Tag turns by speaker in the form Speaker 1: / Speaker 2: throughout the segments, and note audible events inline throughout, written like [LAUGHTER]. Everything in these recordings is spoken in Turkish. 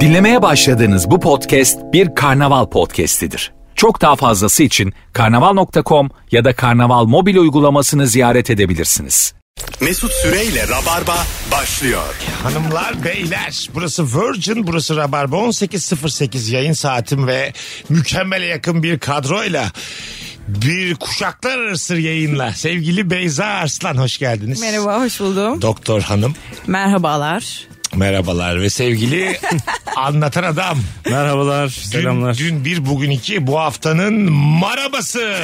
Speaker 1: Dinlemeye başladığınız bu podcast bir karnaval podcastidir. Çok daha fazlası için karnaval.com ya da karnaval mobil uygulamasını ziyaret edebilirsiniz.
Speaker 2: Mesut Süreyle Rabarba başlıyor.
Speaker 3: Hanımlar, beyler burası Virgin, burası Rabarba 18.08 yayın saatim ve mükemmele yakın bir kadroyla bir kuşaklar arası yayınla sevgili Beyza Arslan hoş geldiniz.
Speaker 4: Merhaba, hoş buldum.
Speaker 3: Doktor hanım
Speaker 4: Merhabalar.
Speaker 3: merhabalar ve sevgili anlatan adam.
Speaker 5: Merhabalar,
Speaker 3: Dün,
Speaker 5: selamlar.
Speaker 3: dün bir bugün iki bu haftanın marabası.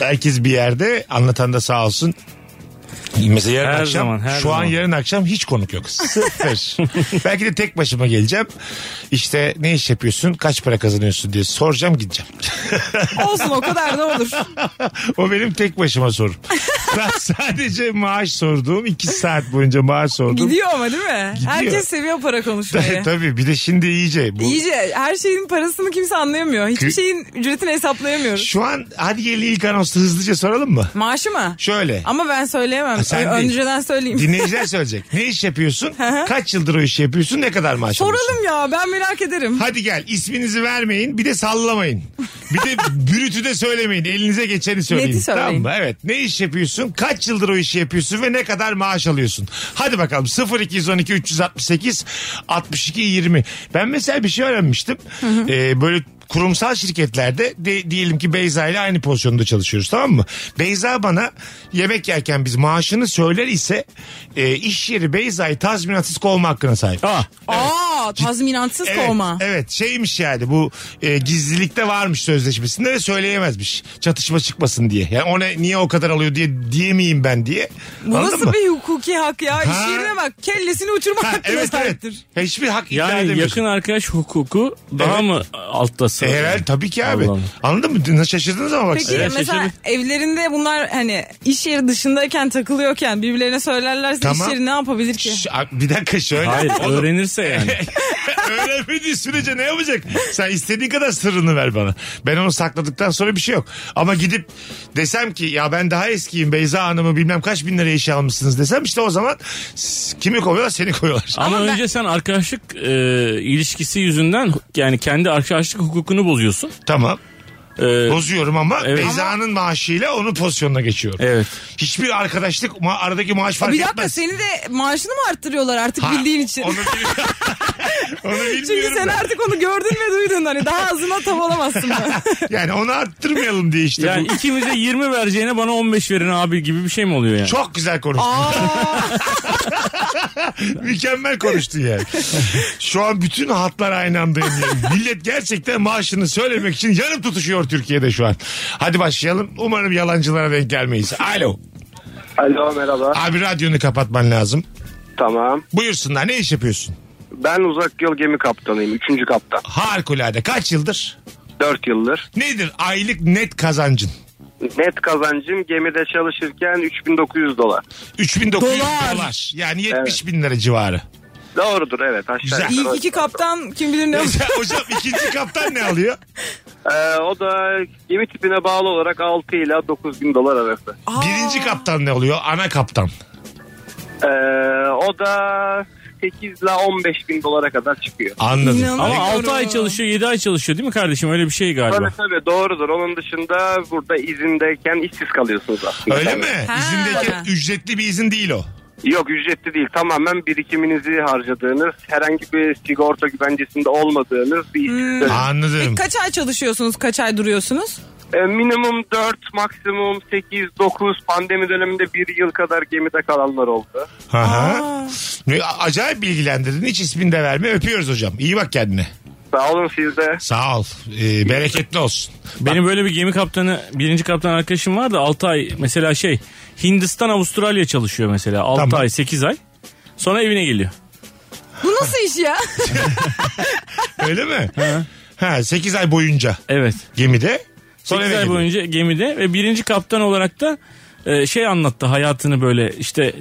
Speaker 3: Herkes bir yerde anlatan da sağ olsun. Mesela yarın
Speaker 5: Her
Speaker 3: akşam
Speaker 5: zaman, her
Speaker 3: şu an
Speaker 5: zaman.
Speaker 3: yarın akşam hiç konuk yok. Sıfır. Belki de tek başıma geleceğim. İşte ne iş yapıyorsun kaç para kazanıyorsun diye soracağım gideceğim. [LAUGHS]
Speaker 4: Olsun o kadar da olur.
Speaker 3: o benim tek başıma sorum. Ben sadece maaş sorduğum iki saat boyunca maaş sordum. [LAUGHS]
Speaker 4: Gidiyor ama değil mi? Herkes seviyor para konuşmayı.
Speaker 3: Tabii bir de şimdi iyice. Bu...
Speaker 4: İyice her şeyin parasını kimse anlayamıyor. Hiçbir
Speaker 3: Kü-
Speaker 4: şeyin ücretini hesaplayamıyoruz.
Speaker 3: Şu an hadi gel ilk anonsu hızlıca soralım mı?
Speaker 4: Maaşı mı?
Speaker 3: Şöyle.
Speaker 4: Ama ben söyleyemem.
Speaker 3: Ha, sen
Speaker 4: Ö-
Speaker 3: değil.
Speaker 4: Önceden söyleyeyim.
Speaker 3: Dinleyiciler söyleyecek. Ne iş yapıyorsun? Kaç yıldır o işi yapıyorsun? Ne kadar maaş alıyorsun?
Speaker 4: Soralım ya ben merak ederim.
Speaker 3: Hadi gel isminizi vermeyin bir de sallamayın. Bir de brütü de söylemeyin. Elinize geçeni söyleyin.
Speaker 4: Neti söyleyin.
Speaker 3: Tamam mı? Evet. Ne iş yapıyorsun? Kaç yıldır o işi yapıyorsun ve ne kadar maaş alıyorsun? Hadi bakalım 0212 368 62 20. Ben mesela bir şey öğrenmiştim. Ee, böyle kurumsal şirketlerde de, diyelim ki Beyza ile aynı pozisyonda çalışıyoruz tamam mı? Beyza bana yemek yerken biz maaşını söyler ise e, iş yeri Beyza'yı tazminatsız kovma hakkına sahip.
Speaker 5: Ah,
Speaker 4: Aa tazminatsız
Speaker 3: Evet,
Speaker 4: kovma.
Speaker 3: evet şeymiş yani bu e, gizlilikte varmış sözleşmesinde ve söyleyemezmiş. Çatışma çıkmasın diye. Yani ona niye o kadar alıyor diye diyemeyeyim ben diye.
Speaker 4: Bu
Speaker 3: Anladın
Speaker 4: nasıl
Speaker 3: mı?
Speaker 4: bir hukuki hak ya?
Speaker 3: Ha.
Speaker 4: İş yerine bak kellesini [LAUGHS] uçurma
Speaker 3: Ha,
Speaker 4: hakkına
Speaker 3: evet evet.
Speaker 4: sahiptir.
Speaker 3: Hiçbir hak yani iddia
Speaker 5: yani
Speaker 3: edemiyorsun.
Speaker 5: yakın arkadaş hukuku daha
Speaker 3: Evet.
Speaker 5: mı altta sıra?
Speaker 3: E, herhal tabii ki abi.
Speaker 5: Allah'ım.
Speaker 3: Anladın mı? Nasıl şaşırdınız ama bak.
Speaker 4: Peki
Speaker 3: size.
Speaker 5: Evet,
Speaker 4: mesela
Speaker 5: şaşırdım.
Speaker 4: evlerinde bunlar hani iş yeri dışındayken takılıyorken birbirlerine söylerlerse
Speaker 3: Tamam.
Speaker 4: iş yeri ne yapabilir ki?
Speaker 3: Şş, a- bir dakika şöyle.
Speaker 5: Hayır,
Speaker 3: [LAUGHS]
Speaker 5: öğrenirse yani.
Speaker 3: Öğrenmediği sürece ne yapacak? Sen istediğin kadar sırrını ver bana. Ben onu sakladıktan sonra bir şey yok. Ama gidip desem ki ya ben daha eskiyim Beyza Hanım'ı bilmem kaç bin liraya işe almışsınız desem işte o zaman s- kimi kovuyorlar seni kovuyorlar.
Speaker 5: Ama,
Speaker 4: Ama ben-
Speaker 5: önce sen arkadaşlık e, ilişkisi yüzünden yani kendi arkadaşlık hukukunu bozuyorsun.
Speaker 3: tamam.
Speaker 5: E,
Speaker 3: Bozuyorum ama
Speaker 5: Evet.
Speaker 3: Beyza'nın maaşıyla onun pozisyonuna geçiyorum.
Speaker 5: Evet.
Speaker 3: Hiçbir arkadaşlık ma- aradaki maaş fark
Speaker 4: E bir dakika
Speaker 3: etmez.
Speaker 4: seni de maaşını mı arttırıyorlar artık
Speaker 3: Ha,
Speaker 4: bildiğin için?
Speaker 3: Onu, bil- [LAUGHS] onu bilmiyorum.
Speaker 4: Çünkü sen
Speaker 3: da.
Speaker 4: artık onu gördün ve duydun hani daha ağzına tav olamazsın.
Speaker 3: [LAUGHS] Yani onu arttırmayalım diye işte.
Speaker 5: yani
Speaker 3: bu.
Speaker 5: ikimize 20 vereceğine bana 15 verin abi gibi bir şey mi oluyor yani?
Speaker 3: Çok güzel konuştun. [LAUGHS] Mükemmel konuştun yani. Şu an bütün hatlar aynı anda yanıyor. Millet gerçekten maaşını söylemek için yanıp tutuşuyor Türkiye'de şu an. Hadi başlayalım. Umarım yalancılara denk gelmeyiz. Alo.
Speaker 6: Alo merhaba.
Speaker 3: Abi radyonu kapatman lazım.
Speaker 6: Tamam.
Speaker 3: Buyursunlar ne iş yapıyorsun?
Speaker 6: Ben uzak yol gemi kaptanıyım. Üçüncü kaptan.
Speaker 3: Harikulade. Kaç yıldır?
Speaker 6: Dört yıldır.
Speaker 3: Nedir aylık net kazancın?
Speaker 6: Net kazancım gemide çalışırken 3900 dolar.
Speaker 3: 3900 dolar.
Speaker 4: Dolar.
Speaker 3: Yani 70 bin lira civarı.
Speaker 6: Doğrudur evet aşağı
Speaker 3: Güzel.
Speaker 4: İlk
Speaker 6: yukarı.
Speaker 4: iki kaptan kim bilir ne
Speaker 3: [LAUGHS] Hocam ikinci kaptan ne alıyor?
Speaker 6: Ee, o da gemi tipine bağlı olarak 6 ila 9000 dolar arası.
Speaker 4: Aa,
Speaker 3: Birinci kaptan ne oluyor? Ana kaptan.
Speaker 6: Ee, o da 8 ila 15 bin dolara kadar çıkıyor.
Speaker 3: Anladım.
Speaker 5: Ama
Speaker 4: İnanamıyorum.
Speaker 5: 6 ay çalışıyor 7 ay çalışıyor değil mi kardeşim öyle bir şey galiba.
Speaker 6: Tabii tabii doğrudur. Onun dışında burada izindeyken işsiz kalıyorsunuz aslında.
Speaker 3: Öyle
Speaker 6: Yani.
Speaker 3: mi?
Speaker 4: Ha.
Speaker 3: İzindeki ücretli bir izin değil o.
Speaker 6: Yok ücretli değil. Tamamen birikiminizi harcadığınız, herhangi bir sigorta güvencesinde olmadığınız bir
Speaker 3: Hmm.
Speaker 6: işsiz dönemi.
Speaker 3: Anladım.
Speaker 4: Hmm. E Kaç ay çalışıyorsunuz kaç ay duruyorsunuz?
Speaker 6: E, minimum 4, maksimum 8, 9 pandemi döneminde bir yıl kadar gemide kalanlar oldu.
Speaker 3: Aha. Ne- a- Acayip bilgilendirdin. Hiç ismini de verme. Öpüyoruz hocam. İyi bak kendine.
Speaker 6: Sağ olun siz de.
Speaker 3: Sağ ol. Ee, bereketli olsun.
Speaker 5: Benim böyle bir gemi kaptanı birinci kaptan arkadaşım var da 6 ay mesela şey Hindistan Avustralya çalışıyor mesela 6
Speaker 3: Tamam.
Speaker 5: ay 8 ay sonra evine geliyor.
Speaker 4: Bu nasıl
Speaker 3: [LAUGHS]
Speaker 4: iş ya?
Speaker 3: Öyle mi? ha, 8 ay boyunca
Speaker 5: Evet.
Speaker 3: gemide. Sonra
Speaker 5: 8
Speaker 3: eve
Speaker 5: ay
Speaker 3: gidiyor.
Speaker 5: boyunca gemide ve birinci kaptan olarak da e, şey anlattı hayatını böyle işte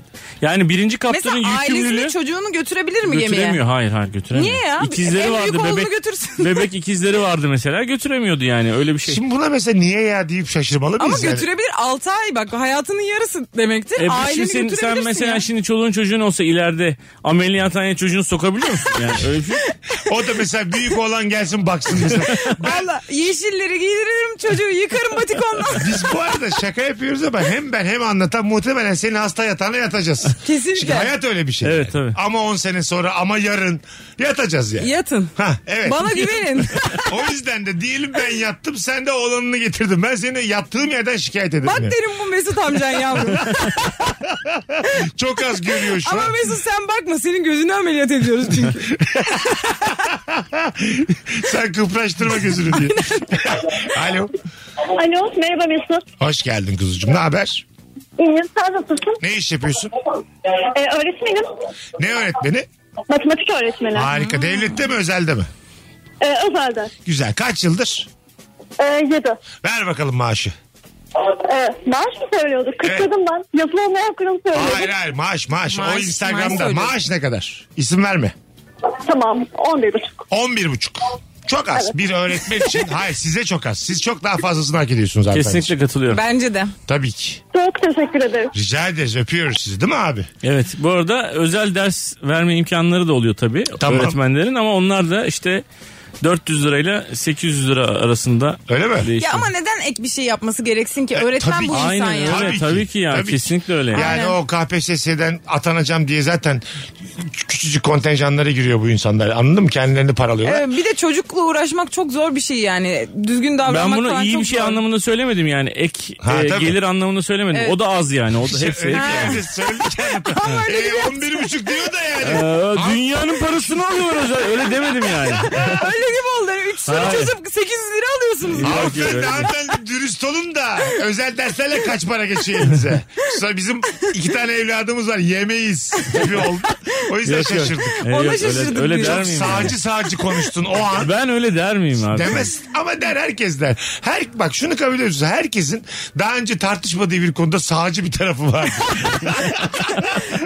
Speaker 5: yani birinci kaptanın
Speaker 4: Mesela ailesini
Speaker 5: yükümlülüğü
Speaker 4: çocuğunu götürebilir mi gemiye?
Speaker 5: götüremiyor. Hayır hayır götüremiyor.
Speaker 4: Niye ya?
Speaker 5: İkizleri
Speaker 4: En
Speaker 5: vardı
Speaker 4: büyük oğlunu
Speaker 5: bebek.
Speaker 4: götürsün.
Speaker 5: bebek ikizleri vardı mesela götüremiyordu yani öyle bir şey.
Speaker 3: Şimdi buna mesela niye ya deyip şaşırmalı
Speaker 4: [LAUGHS] Ama
Speaker 3: mıyız? yani? şey
Speaker 4: götürebilir 6 ay bak hayatının yarısı demektir.
Speaker 5: E,
Speaker 4: Aileni
Speaker 5: şimdi sen,
Speaker 4: götürebilirsin
Speaker 5: sen mesela
Speaker 4: ya.
Speaker 5: şimdi çoluğun çocuğun olsa ileride ameliyathaneye çocuğunu sokabiliyor musun? Yani öyle bir şey.
Speaker 3: O da mesela büyük olan gelsin baksın mesela. Ben,
Speaker 4: Valla yeşilleri giydiririm çocuğu
Speaker 3: [LAUGHS]
Speaker 4: yıkarım batikonla.
Speaker 3: biz bu arada şaka yapıyoruz ama hem ben hem anlatan muhtemelen senin hasta yatağına yatacağız.
Speaker 4: Kesinlikle.
Speaker 3: Çünkü hayat öyle bir şey.
Speaker 5: Evet,
Speaker 3: yani.
Speaker 5: tabii.
Speaker 3: Ama 10 sene sonra ama yarın yatacağız yani.
Speaker 4: Yatın.
Speaker 3: Ha, evet.
Speaker 4: Bana güvenin.
Speaker 3: [LAUGHS] O yüzden de diyelim ben yattım sen de oğlanını getirdin. Ben seni yattığım yerden şikayet ederim.
Speaker 4: Bak
Speaker 3: yani.
Speaker 4: derim bu Mesut amcan
Speaker 5: [LAUGHS]
Speaker 4: yavrum.
Speaker 3: Çok az görüyor şu
Speaker 4: Ama
Speaker 3: an.
Speaker 4: Mesut sen bakma senin gözünü ameliyat ediyoruz
Speaker 5: [LAUGHS]
Speaker 4: çünkü.
Speaker 3: Sen kıpraştırma gözünü diye. Alo.
Speaker 7: Alo merhaba Mesut.
Speaker 3: Hoş geldin kuzucuğum. Ne haber?
Speaker 7: İyiyim sen nasılsın?
Speaker 3: Ne iş yapıyorsun?
Speaker 7: Ee, öğretmenim.
Speaker 3: Ne öğretmeni?
Speaker 7: Matematik öğretmeni.
Speaker 3: Harika. Devlette mi özelde mi?
Speaker 7: Ee, özelde.
Speaker 3: Güzel. Kaç yıldır?
Speaker 7: Ee, yedi.
Speaker 3: Ver bakalım maaşı.
Speaker 7: Ee, maaş mı söylüyorduk? Kırkladım ben. Yazılı olmayan kurum söylüyorduk.
Speaker 3: Hayır hayır maaş maaş. o
Speaker 4: Maaş, maaş
Speaker 3: Instagram'da. Maaş,
Speaker 4: söylüyorsun.
Speaker 3: ne kadar? İsim verme.
Speaker 7: Tamam. On bir buçuk.
Speaker 3: 11 buçuk. Çok az. Bir öğretmen için. Hayır size çok az. Siz çok daha fazlasını hak ediyorsunuz hanımefendi.
Speaker 5: Kesinlikle katılıyorum.
Speaker 4: Bence de.
Speaker 3: Tabii ki.
Speaker 7: Çok teşekkür ederim.
Speaker 3: Rica ederiz. Öpüyoruz sizi değil mi abi?
Speaker 5: Evet bu arada özel ders verme imkanları da oluyor tabii
Speaker 3: Tamam.
Speaker 5: öğretmenlerin ama onlar da işte 400 lirayla 800 lira arasında
Speaker 3: Öyle mi?
Speaker 5: değişiyor.
Speaker 4: Ya ama neden ek bir şey yapması gereksin ki?
Speaker 3: E,
Speaker 4: Öğretmen
Speaker 3: tabii
Speaker 4: bu
Speaker 3: ki.
Speaker 4: insan
Speaker 5: Aynen
Speaker 4: ya.
Speaker 5: öyle
Speaker 3: Tabii
Speaker 5: tabii,
Speaker 3: ki,
Speaker 5: ki yani
Speaker 3: tabii ki.
Speaker 5: kesinlikle öyle. Yani.
Speaker 3: Yani o KPSS'den atanacağım diye zaten küçücük kontenjanlara giriyor bu insanlar. Anladın mı? Kendilerini paralıyorlar.
Speaker 4: Evet, bir de çocukla uğraşmak çok zor bir şey yani. Düzgün davranmak
Speaker 5: Ben bunu
Speaker 4: falan
Speaker 5: iyi
Speaker 4: çok
Speaker 5: bir şey
Speaker 4: zor.
Speaker 5: anlamında söylemedim yani ek
Speaker 3: Ha,
Speaker 5: e,
Speaker 3: tabii.
Speaker 5: gelir anlamında söylemedim.
Speaker 4: Evet.
Speaker 5: O da az yani o da hepsi.
Speaker 3: Öyle
Speaker 5: hepsi.
Speaker 3: bir şey yerde
Speaker 5: [LAUGHS]
Speaker 3: söylerken, e, 11 buçuk diyor da yani.
Speaker 5: Ee, dünyanın parasını alıyor özel öyle demedim yani.
Speaker 4: [LAUGHS] Öyle gibi oldu. 3 soru
Speaker 5: Hayır.
Speaker 4: çözüp 800 lira alıyorsunuz.
Speaker 3: Hanımefendi, hanımefendi dürüst olun da özel derslerle kaç para geçiyor elinize? Sonra bizim iki tane evladımız var yemeyiz gibi oldu. O yüzden
Speaker 5: Yok, yok.
Speaker 3: şaşırdık.
Speaker 5: Ee,
Speaker 4: Ona
Speaker 5: yok,
Speaker 4: şaşırdık
Speaker 5: öyle, öyle
Speaker 4: diyor.
Speaker 5: der miyim? yani?
Speaker 3: Sağcı sağcı konuştun o an.
Speaker 5: Ben öyle der miyim abi?
Speaker 3: Demez ama der herkes der. Her, bak şunu kabul ediyoruz. Herkesin daha önce tartışmadığı bir konuda sağcı bir tarafı var.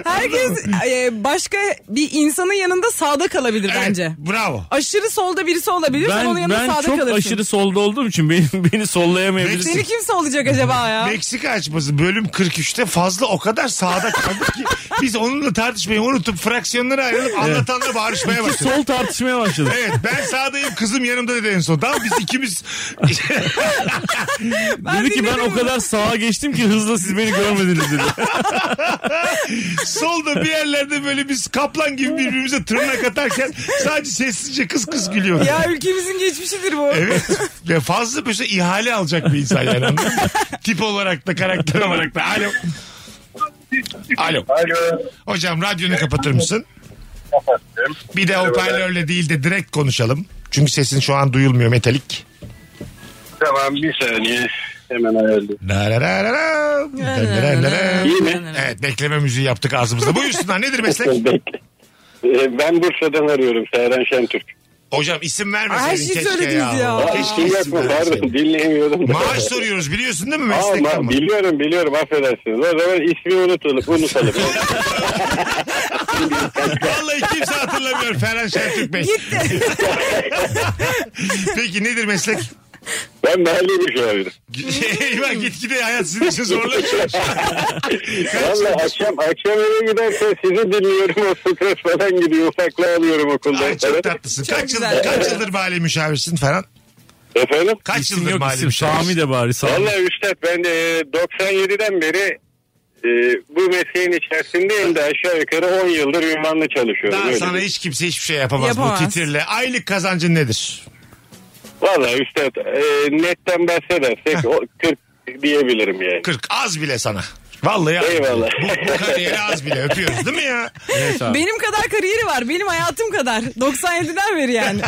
Speaker 4: Herkes e, başka bir insanın yanında sağda kalabilir bence.
Speaker 3: Evet, bravo.
Speaker 4: Aşırı solda birisi olabilir. sen onun
Speaker 5: Ben,
Speaker 4: yanında
Speaker 5: ben
Speaker 4: sağda
Speaker 5: çok
Speaker 4: kalırsın.
Speaker 5: aşırı solda olduğum için beni, [LAUGHS] beni sollayamayabilirsin.
Speaker 4: Seni kim sollayacak acaba ya?
Speaker 3: Meksika açması bölüm 43'te fazla o kadar sağda kaldık ki biz onunla tartışmayı unutup fraksiyonlara ayrılıp anlatanla bağırışmaya
Speaker 5: İki
Speaker 3: başladık.
Speaker 5: sol tartışmaya başladık.
Speaker 3: Evet ben sağdayım kızım yanımda dedi en son. Tamam biz ikimiz
Speaker 5: dedi ki ben
Speaker 4: dinledim.
Speaker 5: o kadar sağa geçtim ki hızla siz beni görmediniz dedi.
Speaker 3: solda bir yerlerde böyle biz kaplan gibi birbirimize tırnak atarken sadece sessizce kıs kıs gülüyoruz.
Speaker 4: Ya ülkemizin geçmişidir bu.
Speaker 3: Evet. Ya fazla böyle ihale alacak bir insan yani. anladın mı? Tip olarak da karakter olarak da. Alo. Alo.
Speaker 6: Alo.
Speaker 3: Hocam radyonu kapatır mısın?
Speaker 6: Kapattım.
Speaker 3: Bir de hoparlörle değil de direkt konuşalım. Çünkü sesin şu an duyulmuyor metalik.
Speaker 6: Tamam bir saniye. Hemen ayarlayayım.
Speaker 3: Darararara, darararara.
Speaker 6: İyi mi?
Speaker 3: Evet bekleme müziği yaptık ağzımızda. Buyursunlar nedir meslek?
Speaker 6: Bekle. Ee, Ben Bursa'dan arıyorum Seren Şentürk.
Speaker 3: Hocam isim vermeseydin
Speaker 4: Her şeyi
Speaker 3: keşke
Speaker 4: söylediniz ya.
Speaker 6: Aa,
Speaker 3: Keşke
Speaker 6: isim
Speaker 3: isim
Speaker 6: yapma pardon
Speaker 3: vermeseydin.
Speaker 6: dinleyemiyordum. da.
Speaker 3: Maaş soruyoruz biliyorsun değil mi
Speaker 6: Aa,
Speaker 3: meslek?
Speaker 6: ma-
Speaker 3: ama?
Speaker 6: biliyorum biliyorum affedersiniz. O zaman ismi unutalım. [LAUGHS] unutalım.
Speaker 3: Vallahi kimse hatırlamıyor Ferhan Şentürk Bey.
Speaker 4: Gitti.
Speaker 3: [LAUGHS] Peki nedir meslek?
Speaker 6: ben mahalle müşavirim.
Speaker 3: Eyvah gitgide hayat sizin için zorlaşıyor.
Speaker 6: Valla akşam, akşam eve giderken sizi dinliyorum. O stres falan gidiyor. Ufakla alıyorum
Speaker 3: Ay
Speaker 6: okuldan
Speaker 3: çok
Speaker 6: falan.
Speaker 3: tatlısın.
Speaker 4: Çok
Speaker 3: kaç, yıl,
Speaker 4: güzel.
Speaker 3: kaç yıldır mali müşavirsin Ferhan?
Speaker 6: Efendim?
Speaker 3: Kaç
Speaker 5: İsim
Speaker 3: yıldır
Speaker 5: yok
Speaker 3: mali
Speaker 5: isim. Sami
Speaker 3: müşavirsin?
Speaker 5: de bari Sami.
Speaker 6: Valla Üstad ben de e, 97'den beri e, bu mesleğin içerisindeyim de aşağı yukarı 10 yıldır ünvanlı çalışıyorum.
Speaker 3: Daha
Speaker 6: öyle
Speaker 3: sana hiç kimse hiçbir şey yapamaz,
Speaker 4: Yapamaz.
Speaker 3: bu titirle. Aylık kazancın nedir?
Speaker 6: Valla üstad e, netten bahsedersek o 40 diyebilirim yani.
Speaker 3: 40 az bile sana. Vallahi az.
Speaker 6: Eyvallah.
Speaker 3: Bu, bu kariyeri az bile öpüyoruz değil mi ya?
Speaker 4: Benim kadar kariyeri var. Benim hayatım kadar. 97'den
Speaker 3: [LAUGHS]
Speaker 4: beri yani.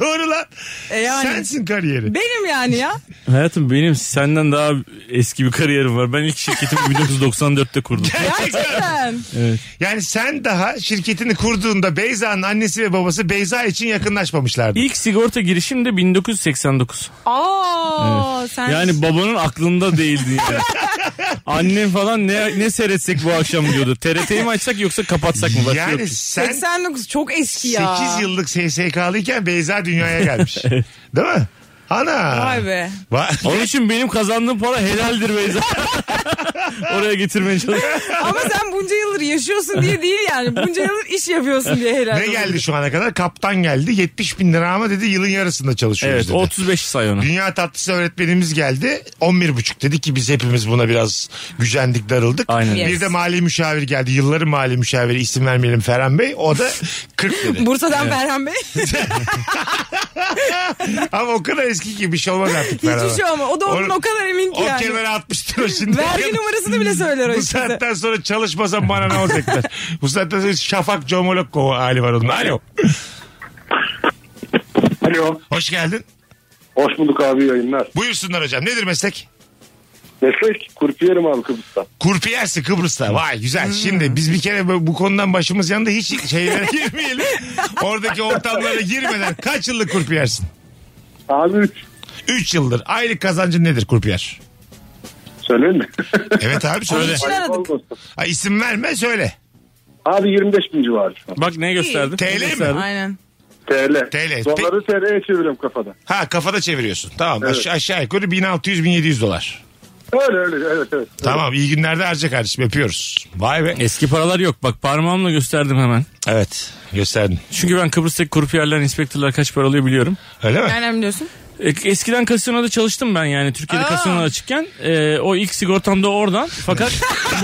Speaker 3: Doğru lan.
Speaker 4: E yani.
Speaker 3: Sensin kariyeri.
Speaker 4: Benim yani ya.
Speaker 5: Hayatım benim senden daha eski bir kariyerim var. Ben ilk
Speaker 3: [LAUGHS]
Speaker 5: şirketimi 1994'te kurdum.
Speaker 4: Gerçekten.
Speaker 3: Yani sen daha şirketini kurduğunda Beyza'nın annesi ve babası Beyza için yakınlaşmamışlardı.
Speaker 5: İlk sigorta girişim de 1989.
Speaker 4: Aa sen
Speaker 5: Yani babanın aklında değildi
Speaker 3: [LAUGHS]
Speaker 5: yani. Annem falan ne ne seyretsek bu akşam diyordu. TRT'yi mi açsak yoksa kapatsak mı? Başka yok
Speaker 3: Yani
Speaker 5: ki.
Speaker 3: sen
Speaker 4: 89 çok eski
Speaker 3: 8
Speaker 4: ya.
Speaker 3: yıllık SSK'lıyken Beyza dünyaya
Speaker 5: [LAUGHS]
Speaker 3: gelmiş. Değil mi? Ana.
Speaker 4: Vay be.
Speaker 3: Va-
Speaker 5: Onun için benim kazandığım para
Speaker 3: [LAUGHS]
Speaker 5: helaldir Beyza. Oraya getirmeye çalışıyorum.
Speaker 4: Ama sen bunca yıldır yaşıyorsun diye değil yani. Bunca yıldır iş yapıyorsun diye herhalde.
Speaker 3: ne geldi şu ana kadar? Kaptan geldi. 70 bin lira ama dedi yılın yarısında çalışıyoruz
Speaker 5: Evet
Speaker 3: dedi.
Speaker 5: 35 say onu.
Speaker 3: Dünya tatlısı öğretmenimiz geldi. 11.5 dedi ki biz hepimiz buna biraz gücendik darıldık.
Speaker 5: Aynen.
Speaker 3: Bir
Speaker 4: Yes.
Speaker 3: de mali müşavir geldi. Yılların mali müşaviri isim vermeyelim Ferhan Bey. O da 40
Speaker 4: [LAUGHS]
Speaker 3: dedi.
Speaker 4: Bursa'dan Ferhan Bey.
Speaker 3: Ama o kadar eski ki bir şey olmaz artık Ferhan'a.
Speaker 4: Hiçbir şey ama o da onun
Speaker 3: O-
Speaker 4: o kadar emin ki
Speaker 3: O
Speaker 4: yani.
Speaker 3: kenara atmıştır o şimdi. [LAUGHS]
Speaker 4: Vergi numarasını bile söyler o
Speaker 3: Bu
Speaker 4: işte.
Speaker 3: saatten sonra çalışmasam bana ne olacaklar?
Speaker 4: [LAUGHS]
Speaker 3: Bu saatten sonra Şafak Comolokko hali var onun. Alo.
Speaker 6: Alo.
Speaker 3: Hoş geldin.
Speaker 6: Hoş bulduk abi yayınlar.
Speaker 3: Buyursunlar hocam. Nedir meslek?
Speaker 6: Meslek kurpiyerim abi Kıbrıs'ta.
Speaker 3: Kurpiyersi Kıbrıs'ta. Vay
Speaker 4: Hmm.
Speaker 3: güzel. Şimdi biz bir kere bu bu konudan başımız yandı. Hiç şeylere [LAUGHS] girmeyelim. Oradaki ortamlara girmeden kaç yıllık kurpiyersin?
Speaker 6: Abi 3.
Speaker 3: 3 yıldır. Aylık kazancın nedir kurpiyer?
Speaker 6: Söyleyin mi? [LAUGHS]
Speaker 3: Evet abi söyle.
Speaker 4: Onun için aradık.
Speaker 3: Ha, isim verme söyle.
Speaker 6: Abi 25 bin civarı şu an.
Speaker 5: Bak ne gösterdim?
Speaker 3: TL mi?
Speaker 5: Ne gösterdim?
Speaker 4: Aynen.
Speaker 6: TL.
Speaker 3: TL.
Speaker 6: Doları TL'ye çeviriyorum kafada.
Speaker 3: Ha kafada çeviriyorsun. Tamam
Speaker 6: Evet.
Speaker 3: aşa- aşağı yukarı 1600-1700 dolar.
Speaker 6: Öyle öyle evet evet.
Speaker 3: Tamam iyi günlerde harca kardeşim öpüyoruz. Vay be.
Speaker 5: Eski paralar yok. Bak parmağımla gösterdim hemen.
Speaker 3: Evet gösterdin.
Speaker 5: Çünkü ben Kıbrıs'taki kurpiyerler, inspektörler kaç para alıyor biliyorum.
Speaker 3: Öyle mi?
Speaker 4: Nereden biliyorsun?
Speaker 5: E, Eskiden kasinoda çalıştım ben yani Türkiye'de
Speaker 4: Aa.
Speaker 5: kasinoda açıkken. E, o ilk sigortam da oradan. Fakat
Speaker 4: [LAUGHS]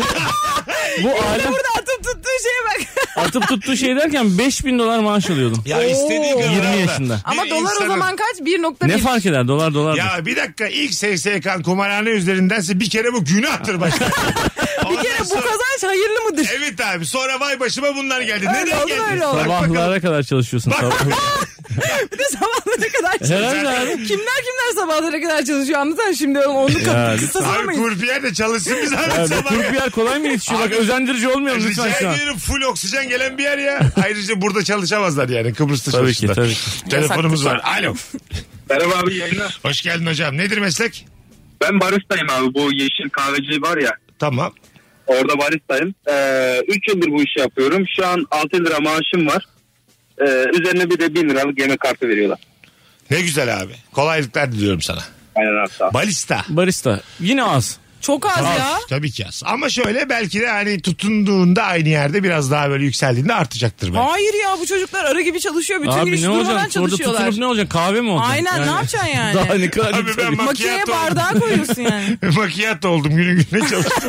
Speaker 5: bu, bu alem
Speaker 4: Burada atıp tuttuğu şeye bak.
Speaker 5: atıp tuttuğu şey derken 5000 dolar maaş alıyordum.
Speaker 3: Ya istediği kadar
Speaker 5: 20
Speaker 3: al da.
Speaker 5: yaşında.
Speaker 3: Bir
Speaker 4: Ama dolar o
Speaker 3: insanın-
Speaker 4: zaman kaç? 1.1.
Speaker 5: Ne fark eder dolar dolar. da.
Speaker 3: Ya bir dakika ilk SSK kumarhane üzerindense bir kere bu günahtır
Speaker 4: [LAUGHS]
Speaker 3: başta.
Speaker 4: Bir kere bu kazanç hayırlı mıdır?
Speaker 3: Evet abi sonra vay başıma bunlar geldi.
Speaker 4: Öyle
Speaker 3: Neden
Speaker 4: olur,
Speaker 3: geldi?
Speaker 4: öyle olur.
Speaker 3: Bak bakalım.
Speaker 5: Sabahlara kadar çalışıyorsun. Sabah.
Speaker 4: Bir de sabahlara kadar
Speaker 5: Herhalde
Speaker 4: çalışıyor. kimler
Speaker 5: abi.
Speaker 4: kimler sabahlara kadar çalışıyor anlatan şimdi onu kapı
Speaker 3: Abi
Speaker 4: kıstasamayız.
Speaker 3: kurpiyer de çalışsın biz abi
Speaker 5: Ya, bu
Speaker 3: sabah.
Speaker 5: Kurpiyer kolay mı yetişiyor? Bak özendirici olmuyor mu
Speaker 3: Rica
Speaker 5: lütfen şu an?
Speaker 3: ediyorum full oksijen gelen bir yer ya.
Speaker 5: [LAUGHS]
Speaker 3: Ayrıca burada çalışamazlar yani Kıbrıs'ta
Speaker 5: Tabii ki,
Speaker 3: çalışırlar.
Speaker 5: tabii
Speaker 3: Telefonumuz var. Alo.
Speaker 6: Merhaba abi yayınlar.
Speaker 3: Hoş geldin hocam. Nedir meslek?
Speaker 6: Ben baristayım abi bu yeşil kahveci var ya.
Speaker 3: Tamam.
Speaker 6: Orada baristayım. E, 3 yıldır bu işi yapıyorum. Şu an 6 lira maaşım var. Ee, üzerine bir de 1000 liralık yemek kartı veriyorlar.
Speaker 3: Ne güzel abi. Kolaylıklar diliyorum sana.
Speaker 6: Aynen abi sağ ol.
Speaker 3: Balista.
Speaker 5: Barista. Yine az.
Speaker 4: Çok az ya.
Speaker 3: Tabii ki az. Ama şöyle belki de hani tutunduğunda aynı yerde biraz daha böyle yükseldiğinde artacaktır belki. [LAUGHS]
Speaker 4: Hayır ya bu çocuklar arı gibi çalışıyor. Bütün gün
Speaker 5: Abi
Speaker 4: hiç
Speaker 5: ne
Speaker 4: durmadan
Speaker 5: olacak? Orada
Speaker 4: çalışıyorlar.
Speaker 5: tutunup ne olacak? Kahve mi olacak?
Speaker 4: Aynen ne yapacaksın yani?
Speaker 5: Daha ne kadar
Speaker 3: Abi ben
Speaker 5: yükselir?
Speaker 4: Makineye
Speaker 3: Macchiato oldum.
Speaker 4: bardağı
Speaker 3: [LAUGHS]
Speaker 4: koyuyorsun yani.
Speaker 3: Makyat oldum günü gününe çalıştım.